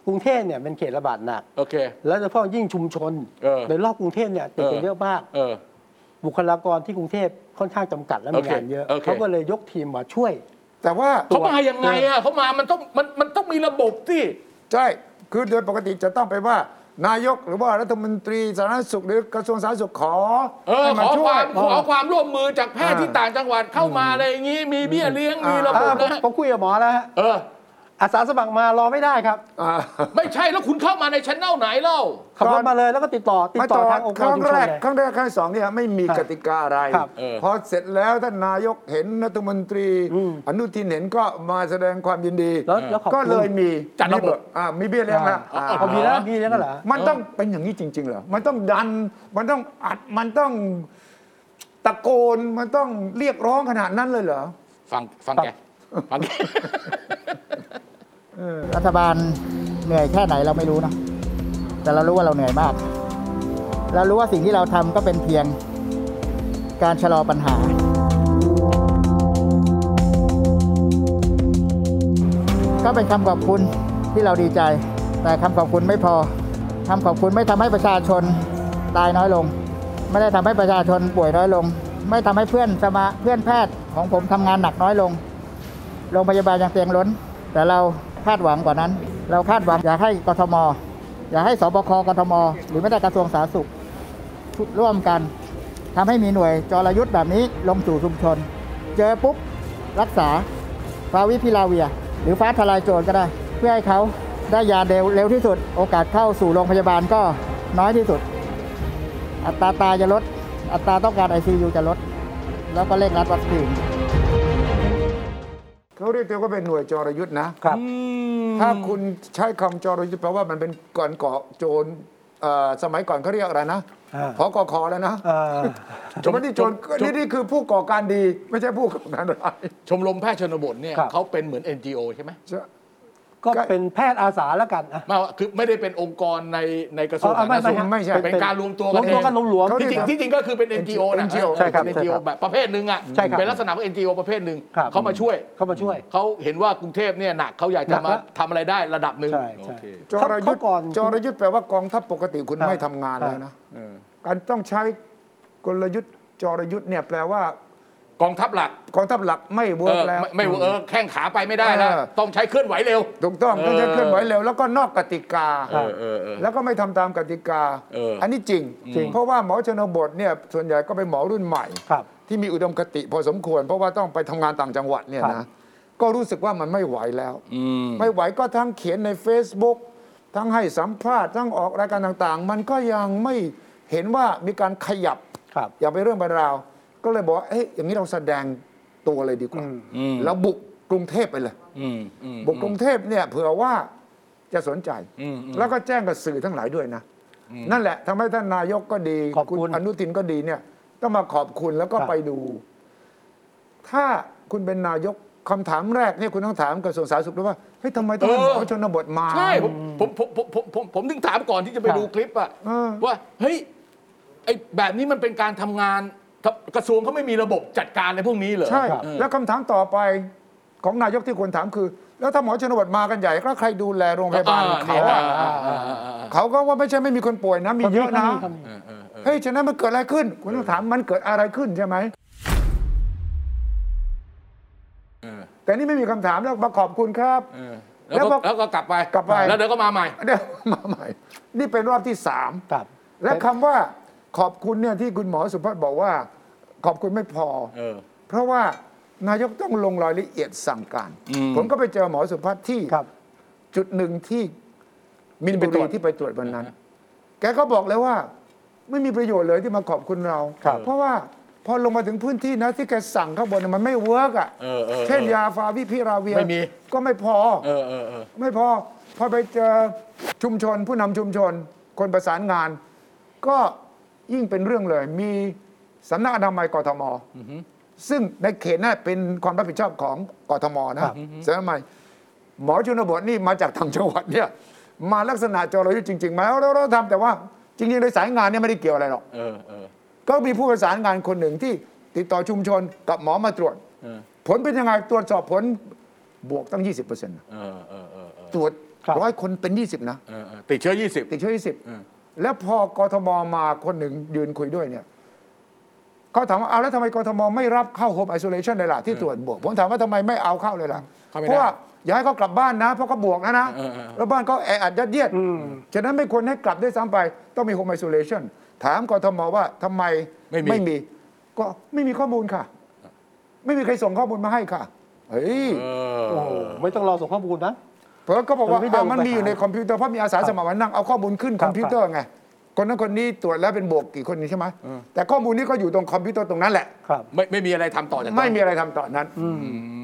Speaker 1: กรุงเทพเนี่ยเป็นเขตระบาดหนัก
Speaker 2: โอเค
Speaker 1: แล้วโดยเฉพาะยิ่งชุมชน
Speaker 2: เออ
Speaker 1: โดยรอบกรุงเทพเนี่ยติดกันเยอะมาก
Speaker 2: เออ
Speaker 1: บุคลากรที่กรุงเทพค่อนข้างจำกัดและ
Speaker 2: โอ
Speaker 1: มี
Speaker 2: เค
Speaker 1: งานเยอะ
Speaker 2: โอเค
Speaker 1: เขาก็เลยยกทีมมาช่วย
Speaker 3: แต่ว่า
Speaker 2: เขามายังไงอ่ะเขามามันต้องมันมันต้องมีระบบที่
Speaker 3: ใช่คือโดยปกติจะต้องไปว่า นายกหรือว่ารัฐมนตรีสาธารณสุขหรือกระทรวงสาธารณสุขขอ
Speaker 2: เออ
Speaker 3: ให้
Speaker 2: ขอ
Speaker 3: ช่ยว
Speaker 2: คามข
Speaker 3: เอ
Speaker 2: อ
Speaker 3: อ
Speaker 2: ความร่วมมือจากแพทย์
Speaker 3: อ่า
Speaker 2: ที่ต่างจังหวัดเข้ามาอะไรอย่างนี้ มีเบี้ยเลี้ยงมีระบบ
Speaker 1: อ่าผม
Speaker 2: นะ
Speaker 1: ผมคุยกับหมอแล้วฮะ
Speaker 2: เออ
Speaker 1: อาสาสมัครมารอไม่ได้ครับ
Speaker 3: า
Speaker 2: ไม่ใช่แล้วคุณเข้ามาในชั้นเน่าไหนเล่า
Speaker 1: ขับรถมาเลยแล้วก็ติดต่อติด
Speaker 3: ไม่
Speaker 1: ต่
Speaker 3: ต่
Speaker 1: อ
Speaker 3: อ
Speaker 1: ทางองค์
Speaker 3: ค
Speaker 1: กร
Speaker 3: รั้ง
Speaker 1: ชุมช
Speaker 3: แร
Speaker 1: น
Speaker 3: ก
Speaker 1: เลย
Speaker 3: ครั้งแรกครั้งสองเนี่ยไม่มี
Speaker 1: ครับ
Speaker 3: กติกาอะไร
Speaker 1: ครับ
Speaker 2: เออ
Speaker 3: พอเสร็จแล้วท่านนายกเห็นรัฐมนตรีอนุทินเห็นก็มาแสดงความยินดี
Speaker 1: แล้วแล้วขอบคุณ
Speaker 3: ก็เลยมี
Speaker 2: จัดระบบ
Speaker 3: อ่ามีเบี้ยเลี้ยงแล้ว
Speaker 1: เอามีแล้วมีแล้วก็เหรอ
Speaker 3: มันต้องเป็นอย่างนี้จริง ๆ เหรอ มันต้องดัน มันต้องอัด มันต้องตะโกน มันต้องเรียกร้องขนาดนั้นเลยเหรอ
Speaker 2: ฟังฟังแกฟั งแก
Speaker 5: รัฐบาลเหนื่อยแค่ไหนเราไม่รู้นะ แต่เรารู้ว่าเราเหนื่อยมาก เรารู้ว่าสิ่งที่เราทำก็เป็นเพียงการชะลอปัญหา ก็เป็นคำขอบคุณที่เราดีใจ แต่คำขอบคุณไม่พอคำขอบคุณไม่ทำให้ประชาชนตายน้อยลง ไม่ได้ทำให้ประชาชนป่วยน้อยลง ไม่ทำให้เพื่อนสมาเพื่อนแพทย์ของผมทำงานหนักน้อยลง โรงพยาบาลยังเตียงล้น แต่เราภ าดหวังกว่านั้น เราคาดหวังอยากให้กทม อยากให้สบคกทม หรือแม้แต่กระทรวงสาธารณสุขร่วมกันทำให้มีหน่วยจรยุทธ์แบบนี้ลงสู่ชุมชน เจอปุ๊บรักษา ฟาวิพิลาเวีย หรือฟ้าทลายโจรก็ได้ เพื่อให้เขาได้ยาเร็วเร็วที่สุด โอกาสเข้าสู่โรงพยาบาลก็น้อยที่สุด อัตราตายจะลด อัตราต้องการ ICU จะลด แล้วก็เร่งรัดวัคซีน
Speaker 3: เขาเรียกตัวเองว่าเป็นหน่วยจรยุทธ์นะ
Speaker 1: ครับ
Speaker 3: ถ้าคุณใช้คำจรยุทธ์แปลว่ามันเป็นก่อนเกาะโจรเอ่อสมัยก่อนเขาเรียกอะไรนะ
Speaker 1: อ่า
Speaker 3: พอกอคอแล้วนะ
Speaker 1: เอ่อ
Speaker 3: จนนี่โจรนี่นี่คือผู้ก่อการดีไม่ใช่ผู้ก่อการร้าย
Speaker 2: ชมรมแพทย์ชนบทเนี่ย
Speaker 1: ครับ
Speaker 2: เขาเป็นเหมือน NGO ใช่ไหม
Speaker 1: ก็เป็นแพทย์อาสาแล้วกันอ่ะ
Speaker 2: ไมาคือไม่ได้เป็นองค์กรในในกระทรวงสาธารณสุข
Speaker 3: ไม่ใช่
Speaker 2: เป็นการรวมตัว
Speaker 1: ร
Speaker 2: กั
Speaker 1: วน ม
Speaker 2: เอ
Speaker 1: ตัว
Speaker 2: ง
Speaker 1: กันหลวม
Speaker 3: เขา
Speaker 2: ที่จริงที่จริงก็คือเป็น NGO นะ
Speaker 3: NGO
Speaker 1: ใช่ครับ
Speaker 2: เป็น
Speaker 1: ใช่
Speaker 2: NGO
Speaker 1: ครับ
Speaker 2: แบบประเภทหนึ่งอ่ะ
Speaker 1: ใช่ครับ
Speaker 2: เป็นลักษณะของ NGO ประเภทหนึ่ง
Speaker 1: ครับ
Speaker 2: เขามาช่วย
Speaker 1: เข้ามาช่วย
Speaker 2: เขาเห็นว่ากรุงเทพเนี่ยหนักเขาอยาก
Speaker 1: หนั
Speaker 2: จะ
Speaker 1: ก
Speaker 2: มา
Speaker 1: ละ
Speaker 2: ทำอะไรได้ระดับหนึ่ง
Speaker 1: ใช่ใช่
Speaker 2: โอเค
Speaker 3: จรยุทธ์
Speaker 1: เขาก่อน
Speaker 3: จรยุทธ์แปลว่ากองทัพปกติคุณ
Speaker 1: ครับ
Speaker 3: ไม่ทำงานแล้วนะการต้องใช้กลยุทธ์จรยุทธ์เนี่ยแปลว่าก
Speaker 2: องทัพหลัก
Speaker 3: กองทัพหลักไม่เวิ
Speaker 2: เอ
Speaker 3: ร์ก
Speaker 2: อ
Speaker 3: แล้ว
Speaker 2: ไม่ไม่เออแข้งขาไปไม่ได้แล้ว
Speaker 3: เออ
Speaker 2: ต้องใช้เคลื่อนไหวเร็ว
Speaker 3: ถูกต้อง
Speaker 2: เออ
Speaker 3: ต้องใช้เคลื่อนไหวเร็วแล้วก็นอกกติกา
Speaker 2: เออเออเออ
Speaker 3: แล้วก็ไม่ทำตามกติกา
Speaker 2: เอออั
Speaker 3: อันนี้จริง
Speaker 1: จริง
Speaker 3: เพราะว่าหมอชนบทเนี่ยส่วนใหญ่ก็เป็นหมอรุ่นใหม่
Speaker 1: ครับ
Speaker 3: ที่มีอุดมคติพอสมควร เพราะว่าต้องไปทำงานต่างจังหวัดเนี่ย
Speaker 1: ครั
Speaker 3: นะ
Speaker 1: บ
Speaker 3: ก็รู้สึกว่ามันไม่ไหวแล้ว
Speaker 2: อืม
Speaker 3: ไม่ไหวก็ทั้งเขียนใน Facebook ทั้งให้สัมภาษณ์ทั้งออกรายการต่างๆ มันก็ยังไม่เห็นว่ามีการขยับ
Speaker 1: ครับ
Speaker 3: อย่าไปเรื่องไปราว ก็เลยบอกว่าเอ๊ะอย่างนี้เราแสดงตัวเลยดีกว่า
Speaker 1: อืม
Speaker 2: อืม
Speaker 3: แล้วบุกกรุงเทพไปเลย
Speaker 2: อืมอืม
Speaker 3: บุกกรุงเทพเนี่ยเผื่อว่าจะสนใจ
Speaker 2: อืมอืม
Speaker 3: แล้วก็แจ้งกับสื่อทั้งหลายด้วยนะ นั่นแหละทำให้ท่านนายกก็ดี
Speaker 1: ขอบคุณ
Speaker 3: อนุทินก็ดีเนี่ย ต้องมาขอบคุณแล้วก็
Speaker 1: ครับ
Speaker 3: ไปดู ถ้าคุณเป็นนายกคำถามแรกเนี่ยคุณต้องถามกระทรวงสาธารณสุขด้วยว่าเฮ้ยทำไมต้องให้หมอชนบทมา
Speaker 2: ใช่ผมผมผมผมผมผมผมถึงถามก่อนที่จะไป
Speaker 1: ครับ
Speaker 2: ดูคลิปอะ
Speaker 3: เออ
Speaker 2: ว่าเฮ้ยไอแบบนี้มันเป็นการทำงานกับกระทรวงเขาไม่มีระบบจัดการในพวกนี้เหรอ
Speaker 3: ใช่
Speaker 2: เออ
Speaker 3: แล้วคำถามต่อไปของนายกที่ควรถามคือ แล้วถ้าหมอชนบทมากันใหญ่ก็ใครดูแลโรงพยาบาลของเขา
Speaker 2: อ่
Speaker 3: อะ
Speaker 2: อ่าอ่าอ่าอ่า
Speaker 3: เขาก็ว่าไม่ใช่ไม่มีคนป่วยนะมีเยอะนะ
Speaker 1: ครับ
Speaker 2: เออเออเออ
Speaker 3: เฮ้ยฉะนั้นมันเกิดอะไรขึ้น คุณต้องถามมันเกิดอะไรขึ้นใช่ไหม
Speaker 2: เออ
Speaker 3: แต่นี่ไม่มีคำถามแล้วมาขอบคุณครับ
Speaker 2: เออแล้วก็
Speaker 3: แล้วพอ
Speaker 2: แล้วก็กลับไป
Speaker 3: กลับไป
Speaker 2: แล้วเดี๋ยวก็มาใหม่
Speaker 3: เดี๋ยวมาใหม่ นี่เป็นรอบที่สาม
Speaker 1: ครับ
Speaker 3: และคำว่าขอบคุณเนี่ยที่คุณหมอสุพัฒน์บอกว่า ขอบคุณไม่พอ
Speaker 2: เออ
Speaker 3: เพราะว่านายกต้องลงรายละเอียดสั่งการ
Speaker 2: อืม
Speaker 3: ผมก็ไปเจอหมอสุพัฒน์ที่
Speaker 1: ครับ
Speaker 3: จุดหนึ่งที่มินบุรีที่ไปตรวจวันนั้น แกก็บอกเลยว่า ไม่มีประโยชน์เลยที่มาขอบคุณเรา
Speaker 1: ครับ
Speaker 3: เพราะว่าพอลงมาถึงพื้นที่นะที่แกสั่งข้างบนนะมันไม่เวิร์กอ่ะ
Speaker 2: เออเออเออ
Speaker 3: เช่นยาฟาวิพิราเวีย
Speaker 2: ไม่มี
Speaker 3: ก็ไม่พอ
Speaker 2: เออเออเออ
Speaker 3: ไม่พอพอไปเจอชุมชนผู้นำชุมชน คนประสานงาน ก็ยิ่งเป็นเรื่องเลย มีสำนักอนามัยกทมซึ่งในเขตน่าเป็นความรับผิดชอบของกทมนะครับ สำนักอนามัยหมอชนบทนี่มาจากทางจังหวัดเนี่ยมาลักษณะจรยุทธ์จริงๆมาแล้วเราเราทำแต่ว่าจริงๆ ในสายงานเนี่ยไม่ได้เกี่ยวอะไรหรอก
Speaker 2: เออเออ
Speaker 3: ก็มีผู้ประสานงานคนหนึ่งที่ติดต่อชุมชนกับหมอมาตรวจ
Speaker 2: เออ
Speaker 3: ผลเป็นยังไงตรวจสอบผลบวกตั้ง 20%นะ
Speaker 2: เออเออเออเออ
Speaker 3: ตรวจ
Speaker 1: ครับ
Speaker 3: ร้อยคนเป็น 20 นะ
Speaker 2: เออเออติดเชื้อ
Speaker 3: ติดเชื้อ
Speaker 2: อืม
Speaker 3: 20 แล้วพอกทมมาคนหนึ่งยืนคุยด้วยเนี่ยเขาถามว่าเอาแล้วทำไมกทมไม่รับเข้าโฮมไอโซเลชันเลยล่ะที่ตรวจบวก ผมถามว่าทำไมไม่เอาเข้าเลยล่ะ
Speaker 2: เข้าไม่
Speaker 3: เพ
Speaker 2: ได้
Speaker 3: ราะว่าอย่าให้เขากลับบ้านนะ เพราะเขาบวกนะนะ
Speaker 2: เออเออเออ
Speaker 3: แล้วบ้านเขาแออัดยัดเยียด
Speaker 1: อืม
Speaker 3: ฉะนั้นไม่ควรให้กลับด้วยซ้ำไป ต้องมีโฮมไอโซเลชันถามกทมว่าทำไม
Speaker 2: ไม่มี
Speaker 3: ก็ไม่มีข้อมูลค่ะ ไม่มีใครส่งข้อมูลมาให้ค่ะเฮ้ย
Speaker 2: 20เออ
Speaker 1: โอ้โหไม่ต้องรอส่งข้อมูลนะ
Speaker 3: เพิร์ก็บอกว่า
Speaker 1: เออพี่เดิน
Speaker 3: อ่ะมัน
Speaker 1: ไป
Speaker 3: มีอยู่ในคอมพิวเตอร์เพราะมีอาสาสมัครมานั่งเอาข้อมูลขึ้น
Speaker 1: ค
Speaker 3: ครับ อมพิวเตอร์ไงคนนั้นคนนี้ตรวจแล้วเป็นบวกกี่คนนี้ใช่ไหมแต่ข้อมูลนี้ก็อยู่ตรงคอมพิวเตอร์ตรงนั้นแหละ
Speaker 1: ครับ
Speaker 2: ไม่ไม่มีอะไรทำต่อจากนั้น
Speaker 3: ไม่มีอะไรทำต่อนั้น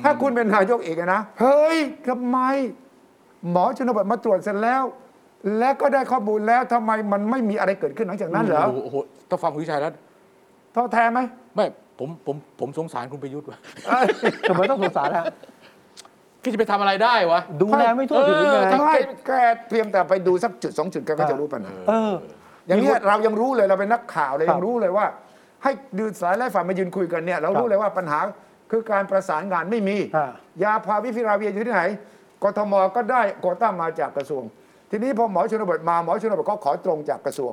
Speaker 3: ถ้าคุณเป็นนายกเอกนะ เฮ้ยทำไม หมอชนบทมาตรวจเสร็จแล้ว และก็ได้ข้อมูลแล้วทำไมมันไม่มีอะไรเกิดขึ้นหลังจากนั้นเหรอ
Speaker 2: โโหถ้าฟังคุณวิชัยแล้ว
Speaker 3: ท้อแท้ไหม
Speaker 2: ไม่ผมผมผมสงสารคุณประยุทธ์ว่ะ
Speaker 3: เอ้ย
Speaker 1: ทำไมต้องสงสารฮะ
Speaker 2: แกจะไปทำอะไรได้วะ
Speaker 1: ดูแลไม่ทั่วถึงไง
Speaker 2: เออ
Speaker 3: ไม่แค่เพียงแต่ไปดูสักจุดสองจุดแกก็จะรู้ปัญหา
Speaker 1: เออ
Speaker 3: อย่างนี้ยเรายังรู้เลยเราเป็นนักข่าวเลย
Speaker 1: ครับ
Speaker 3: ยังรู้เลยว่า ให้ดืนสายไล่ฝ่ายมายืนคุยกันเนี่ย เรา
Speaker 1: ครั
Speaker 3: รู้
Speaker 1: บ
Speaker 3: เลยว่าปัญหาคือการประสานงานไม่มี
Speaker 1: ฮะ
Speaker 3: ยาพาวิพิราเวียอยู่ที่ไหนกทมก็ได้โควต้ามาจากกระทรวง ทีนี้พอหมอชนบทมาหมอชนบทก็ขอตรงจากกระทรวง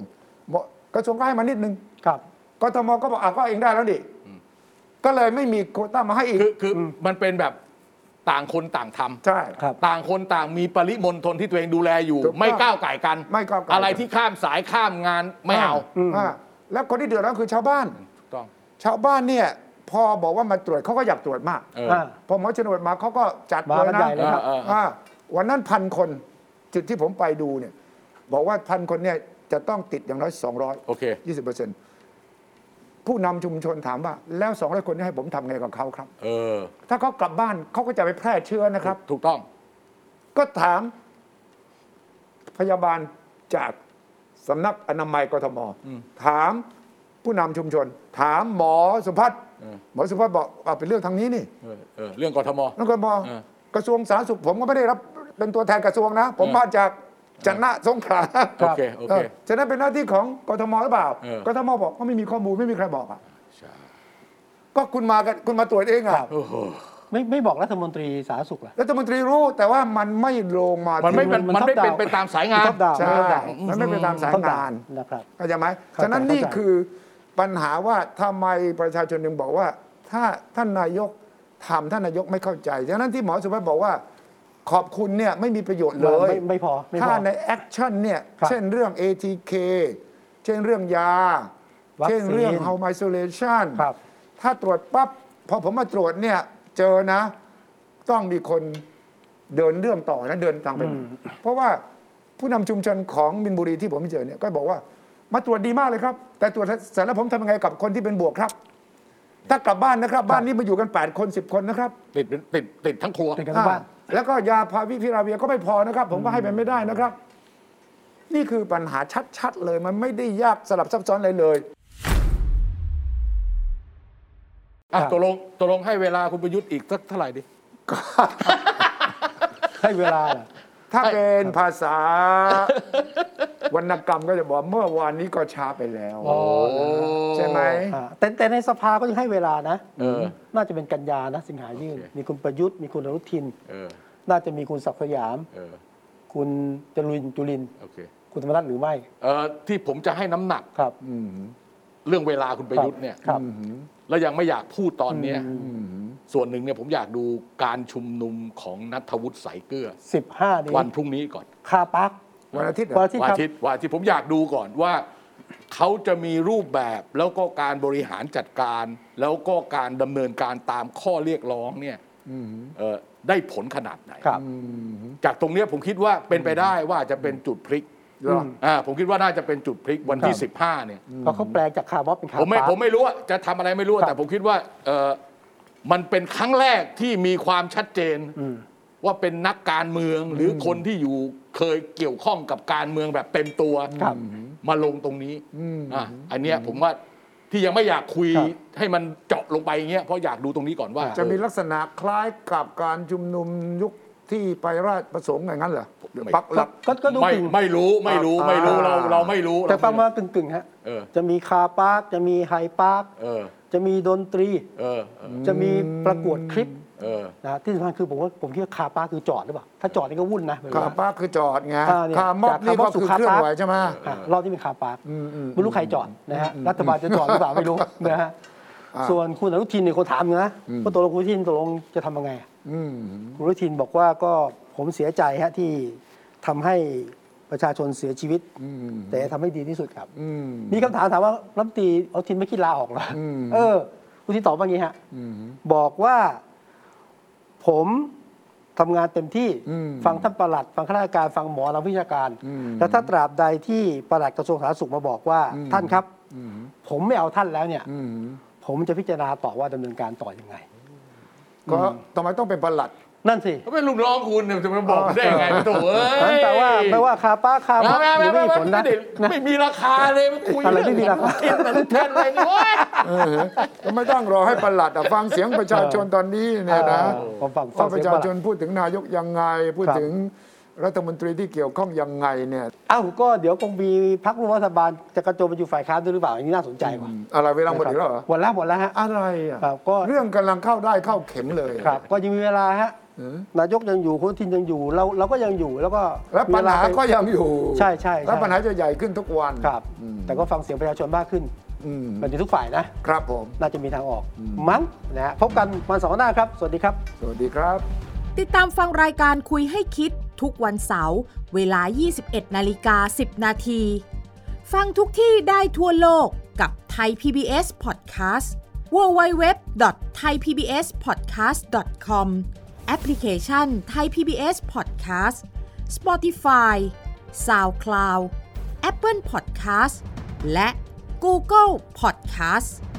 Speaker 3: หมอกระทรวงก็ให้มานิดนึง
Speaker 1: ครับ
Speaker 3: กทมก็บอกอ่ะก็เองได้แล้วดิก็เลยไม่มีโควต้ามาให้อีก
Speaker 2: คือคือมันเป็นแบบ ต่างคนต่างทำ
Speaker 3: ใช่
Speaker 5: ครับ
Speaker 2: ต่างคนต่างมีปริมณฑลที่ตัวเองดูแลอยู่
Speaker 3: ถูกต้อง
Speaker 2: ไม่ก้าวไก่กัน
Speaker 3: ไม่ก้าวไก่
Speaker 2: อะไรที่ข้ามสายข้ามงานไม่เอา
Speaker 3: อ่าแล้วคนที่เดือดร้อนคือชาวบ้าน
Speaker 2: ถูกต้อง
Speaker 3: ชาวบ้านเนี่ยพอบอกว่ามาตรวจเขาก็อยากตรวจมาก
Speaker 2: เออ
Speaker 5: อ่า
Speaker 3: พอหมอชนวดมาเขาก็จัด
Speaker 5: มา
Speaker 3: เลย
Speaker 5: กัน
Speaker 3: นะ
Speaker 5: ใหญ่เลยครับ
Speaker 2: เออเออ
Speaker 3: อ่าวันนั้นพันคนจุดที่ผมไปดูเนี่ย บอกว่าพันคนเนี่ยจะต้องติดอย่างน้อย 200
Speaker 2: โอเค
Speaker 3: 20เปอร์เซ็นต์ผู้นำชุมชนถามว่า แล้ว 200 คนนี้ให้ผมทำไงกับเขาครับ
Speaker 2: เออ
Speaker 3: ถ้าเขากลับบ้านเขาก็จะไปแพร่เชื้อนะครับ
Speaker 2: ถูกต้อง
Speaker 3: ก็ถามพยาบาลจากสำนักอนามัยกทม ถามผู้นำชุมชน ถามหมอสุพัฒน์
Speaker 2: เออ
Speaker 3: หมอสุพัฒน์บอกเอาเป็นเรื่องทางนี้นี่
Speaker 2: เออเออเรื่องกทม
Speaker 3: นั่นก็มอ
Speaker 2: เออ
Speaker 3: กระทรวงสาธารณสุขผมก็ไม่ได้รับเป็นตัวแทนกระทรวงนะ ผมมาจากจันนะสงขลา
Speaker 2: โอเคโอเค
Speaker 3: ฉะนั้นเป็นหน้าที่ของกทมหรือเปล่า
Speaker 2: เออ
Speaker 3: กทมบอกก็ไม่มีข้อมูลไม่มีใครบอกอ่ะ
Speaker 2: ใช่
Speaker 3: ก็คุณมากันคุณมาตรวจเองอ่ะ
Speaker 2: โอ้โห
Speaker 5: ไม่ไม่บอกรัฐมนตรีสาธารณสุขเหรอ
Speaker 3: รัฐมนตรีรู้แต่ว่ามันไม่ลงมา
Speaker 2: มันไม่
Speaker 3: ที่
Speaker 2: เป็น
Speaker 5: มั
Speaker 2: มัน
Speaker 5: น
Speaker 2: ไม่เป็น
Speaker 5: ทับดาว
Speaker 2: ไปตามสายงาน
Speaker 5: ทับดาว
Speaker 3: ใช่
Speaker 5: ทับดาว
Speaker 3: มันไม่เป็นตามสาย
Speaker 5: ทับดว
Speaker 3: งาน
Speaker 5: นะครับ
Speaker 3: เข้าใจไหม
Speaker 5: เข้าใจ
Speaker 3: ฉะนั้นนี่
Speaker 5: เข้าใจ
Speaker 3: คือปัญหาว่าทำไมประชาชนถึงบอกว่า ถ้าท่านนายกทำท่านนายกไม่เข้าใจ ฉะนั้นที่หมอสุภัฒน์บอกว่า ขอบคุณเนี่ยไม่มีประโยชน์เลย
Speaker 5: ไม่ไม่พอไม่พ
Speaker 3: ถ้า
Speaker 5: อ
Speaker 3: ในแอคชั่นเนี่ย
Speaker 5: ครับ
Speaker 3: เช่นเรื่อง ATK เช่นเรื่องยา
Speaker 5: วัคซีน
Speaker 3: เช่นเรื่อง home isolation
Speaker 5: ครับ
Speaker 3: ถ้าตรวจปั๊บพอผมมาตรวจเนี่ย เจอนะ ต้องมีคนเดินเรื่องต่อนะเดินทางไปเพราะว่าผู้นำชุมชนของมินบุรีที่ผมเจอเนี่ยก็บอกว่ามาตรวจดีมากเลยครับ แต่ตรวจเสร็จแล้วผมทำยังไงกับคนที่เป็นบวกครับ ถ้ากลับบ้านนะครับ บ้านนี้มาอยู่กัน 8 คน 10 คนนะครับ
Speaker 2: ติดเป็นติดติดทั้งครัว
Speaker 5: ติดกันทั้งบ้าน
Speaker 3: อ่แล้วก็ยาพาวิพิราเวียก็ไม่พอนะครับ ผมก็ให้ไปไม่ได้นะครับ นี่คือปัญหาชัด ๆ เลยมันไม่ได้ยากสลับซับซ้อนเลยเลย
Speaker 2: อ่ะ
Speaker 5: ครับ
Speaker 2: ตกลงตกลงให้เวลาคุณประยุทธ์อีกสักเท่าไหร่ดิ
Speaker 5: ให้เวลาเหรอ
Speaker 3: ถ้าเป็นภาษาวรรณกรรมก็จะบอกเมื่อวานนี้ก็ช้าไปแล้ว
Speaker 5: อ๋อ
Speaker 3: ใช่ไหม
Speaker 5: อ่าแต่แต่ในสภาก็ยังให้เวลานะ
Speaker 2: เออ
Speaker 5: น่าจะเป็นกันยานะ สิงหายื่น มีคุณประยุทธ์มีคุณอนุทิน
Speaker 2: เออ
Speaker 5: น่าจะมีคุณศักดิ์สยาม
Speaker 2: เออ
Speaker 5: คุณจรุนจุลินทร์
Speaker 2: โอเค
Speaker 5: คุณธรรมนัฐหรือไม่
Speaker 2: เอ่อที่ผมจะให้น้ำหนัก
Speaker 5: ครับ
Speaker 2: เรื่องเวลาคุณประยุทธ์เนี่ย
Speaker 5: ครับ
Speaker 2: แล้วยังไม่อยากพูดตอนเนี้ยส่วนหนึ่งเนี่ยผมอยากดูการชุมนุมของนัทวุฒิสายเกลือ
Speaker 1: สิบห้านี้
Speaker 2: วันพรุ่งนี้ก่อน
Speaker 1: คาปัก
Speaker 3: วันอาทิตย์เหร
Speaker 1: วัน
Speaker 3: อ
Speaker 1: อาที่
Speaker 2: วัน
Speaker 1: ครั
Speaker 2: อา
Speaker 1: บ
Speaker 2: ทิตย์วันอาทิตย์ผมอยากดูก่อนว่าเขาจะมีรูปแบบแล้วก็การบริหารจัดการ แล้วก็การดำเนินการตามข้อเรียกร้องเนี่ยเอ่อได้ผลขนาดไหน
Speaker 1: ครับ
Speaker 2: จากตรงเนี้ยผมคิดว่าเป็นไปได้ว่าจะเป็นจุดพลิก
Speaker 3: เหรอ
Speaker 2: อ่าผมคิดว่าน่าจะเป็นจุดพลิกวันที่
Speaker 1: ครับ
Speaker 2: 15 เนี่ย
Speaker 1: เพราะเขาแปลงจากคาร์บอนเป็นคา
Speaker 2: ผมไม่
Speaker 1: ปัก
Speaker 2: ผมไม่รู้ว่าจะทำอะไรไม่รู้
Speaker 1: ครับ
Speaker 2: แต่ผมคิดว่าเออมันเป็นครั้งแรกที่มีความชัดเจน ว่าเป็นนักการเมืองหรือคนที่อยู่เคยเกี่ยวข้องกับการเมืองแบบเต็มตัว
Speaker 1: ครับ
Speaker 2: มาลงตรงนี้อ่ะอันเนี้ยผมว่าที่ยังไม่อยากคุย
Speaker 1: ครับ
Speaker 2: ให้มันเจาะลงไปอย่างเงี้ยเพราะอยากดูตรงนี้ก่อนว่า
Speaker 3: จะมี
Speaker 2: เออ
Speaker 3: ลักษณะคล้ายกับการชุมนุมยุคที่ไปราชประสงค์อย่างนั้นเหรอ
Speaker 2: ไม่
Speaker 3: ปักหลัก
Speaker 1: ก็ก็ดู
Speaker 2: ไม่
Speaker 1: กึ่ง
Speaker 2: ไม่รู้ไม่รู้ไม่รู้เราเราไม่รู้
Speaker 1: แต่ฟังมา
Speaker 2: เร
Speaker 1: กึ่งกึ่งๆฮะ
Speaker 2: เออ
Speaker 1: จะมีคาปักจะมีไฮปัก
Speaker 2: เออ
Speaker 1: จะมีดนตรี
Speaker 2: เออเออ
Speaker 1: จะมีประกวดคลิป
Speaker 2: เออ
Speaker 1: นะที่สำคัญคือผมว่าผมคิดว่าคาปักคือจอดหรือเปล่า ถ้าจอดนี่ก็วุ่นนะแบบ
Speaker 3: คา
Speaker 1: ว่า
Speaker 3: ร์ป้าร์คคือจอดไง
Speaker 1: อ่าเนี่ย
Speaker 3: คาร์มอบนี่ก็
Speaker 1: จากคาร์มอบสู่
Speaker 3: คือ
Speaker 1: คาร์
Speaker 3: เคลื่อน
Speaker 1: ปาร์ค
Speaker 3: ไหวใช่ไหม
Speaker 1: อ่ะรอบที่เป็นคาปักไม่รู้ใครจอดนะฮะรัฐบาลจะจอดหรือเปล่า ไม่รู้นะฮะส่วนคุณอนุทินเนี่ยคนถามนะว่าตกลงคุณอนุทินตกลงจะทำยังไงอ่ะ คุณอนุทินบอกว่าก็ผมเสียใจฮะที่ทำให้ประชาชนเสียชีวิต แต่ทำให้ดีที่สุดครับ มีคำถามถามว่ารัฐมนตรีอนุทินไม่คิดลาออกเหรออเอออนุทินตอบว่าอย่างนี้ฮะบอกว่าผมทำงานเต็มที่
Speaker 3: อืม
Speaker 1: ฟังท่านประหลัด ฟังข้าราชการฟังหมอนักวิชาการ แล้วถ้าตราบใดที่ประหลัดกระทรวงสาธารณสุขมาบอกว่าท่านครับ ผมไม่เอาท่านแล้วเนี่ย ผมจะพิจารณาต่อว่าดำเนินการต่อยังไง
Speaker 3: ก็ทำไมต้องเป็นประหลัด
Speaker 1: นั่นสิ
Speaker 2: เขาเป็นลูกน้องคุณเนี่ยจะมาบอกได้ยังไงไม่ถูกเอ้
Speaker 1: เพราะฉะ
Speaker 2: ย
Speaker 1: นั้นแปลว่าแปลว่าคาป้าคา
Speaker 2: ไม่
Speaker 1: พักห
Speaker 2: ไม่
Speaker 1: รื
Speaker 2: ไม่
Speaker 1: อไม่
Speaker 2: ไม่
Speaker 1: มีผล
Speaker 2: ไม่
Speaker 1: นะ
Speaker 2: ได้
Speaker 1: นะ
Speaker 2: ไม่มีราคาเลยมาคุย
Speaker 1: อะไรไม่มีราคา
Speaker 2: เทียนอะไรเทียนอะไรเนี่ยโอ๊ย
Speaker 3: ก็ไม่ต้องรอให้ประหลัดอะฟังเสียงประชาชนตอนนี้เนี่ยนะ
Speaker 1: ผมฟังฟั
Speaker 3: ฟั
Speaker 1: ง
Speaker 3: งป
Speaker 1: เสียง
Speaker 3: ระชา
Speaker 1: ประห
Speaker 3: ช
Speaker 1: ลั
Speaker 3: น
Speaker 1: ด
Speaker 3: พูดถึงนายกยังไง พูด
Speaker 1: ครับ
Speaker 3: ถึงรัฐมนตรีที่เกี่ยวข้องยังไงเนี่ย
Speaker 1: อ้าวก็เดี๋ยวคงมีพรรคร่วมรัฐบาลจะกระโจมไปอยู่ฝ่ายค้านด้วยหรือเปล่าอันนี้น่าสนใจกว่า
Speaker 3: อะไรเวลาหมดอีกแล้วเหรอ
Speaker 1: หมดแล้วหมดแล้วฮะ
Speaker 3: อะไรอะ
Speaker 1: ครับก็
Speaker 3: เรื่องกำลังเข้าได้เข้าเข็มเลย
Speaker 1: ครับ ก็ยังมีเวลาฮะ
Speaker 3: เออ
Speaker 1: นายกยังอยู่คุณอนุทินยังอยู่เราเราก็ยังอยู่แล้วก็
Speaker 3: และปัญหา
Speaker 1: มีเวล
Speaker 3: ก็
Speaker 1: ไป
Speaker 3: ยังอยู่
Speaker 1: ใช่ใช่ใช่
Speaker 3: และปัญหาจะใหญ่ขึ้นทุกวัน
Speaker 1: ครับ แต่ก็ฟังเสียงประชาชนมากขึ้น
Speaker 3: อืม
Speaker 1: มันจะทุกฝ่ายนะ
Speaker 3: ครับผม
Speaker 1: น่าจะมีทางออกมั้งนะฮะพบกันวันเสาร์หน้าครับ สวัสดีครับ
Speaker 3: สวัสดีครับ
Speaker 6: ติดตามฟังรายการคุยให้คิดทุกวันเสาร์เวลา 21นาฬิกา10 นาที ฟังทุกที่ได้ทั่วโลกกับไทย PBS Podcast www.thaipbspodcast.com แอปพลิเคชัน Thai PBS Podcast Spotify SoundCloud Apple Podcast และ Google Podcast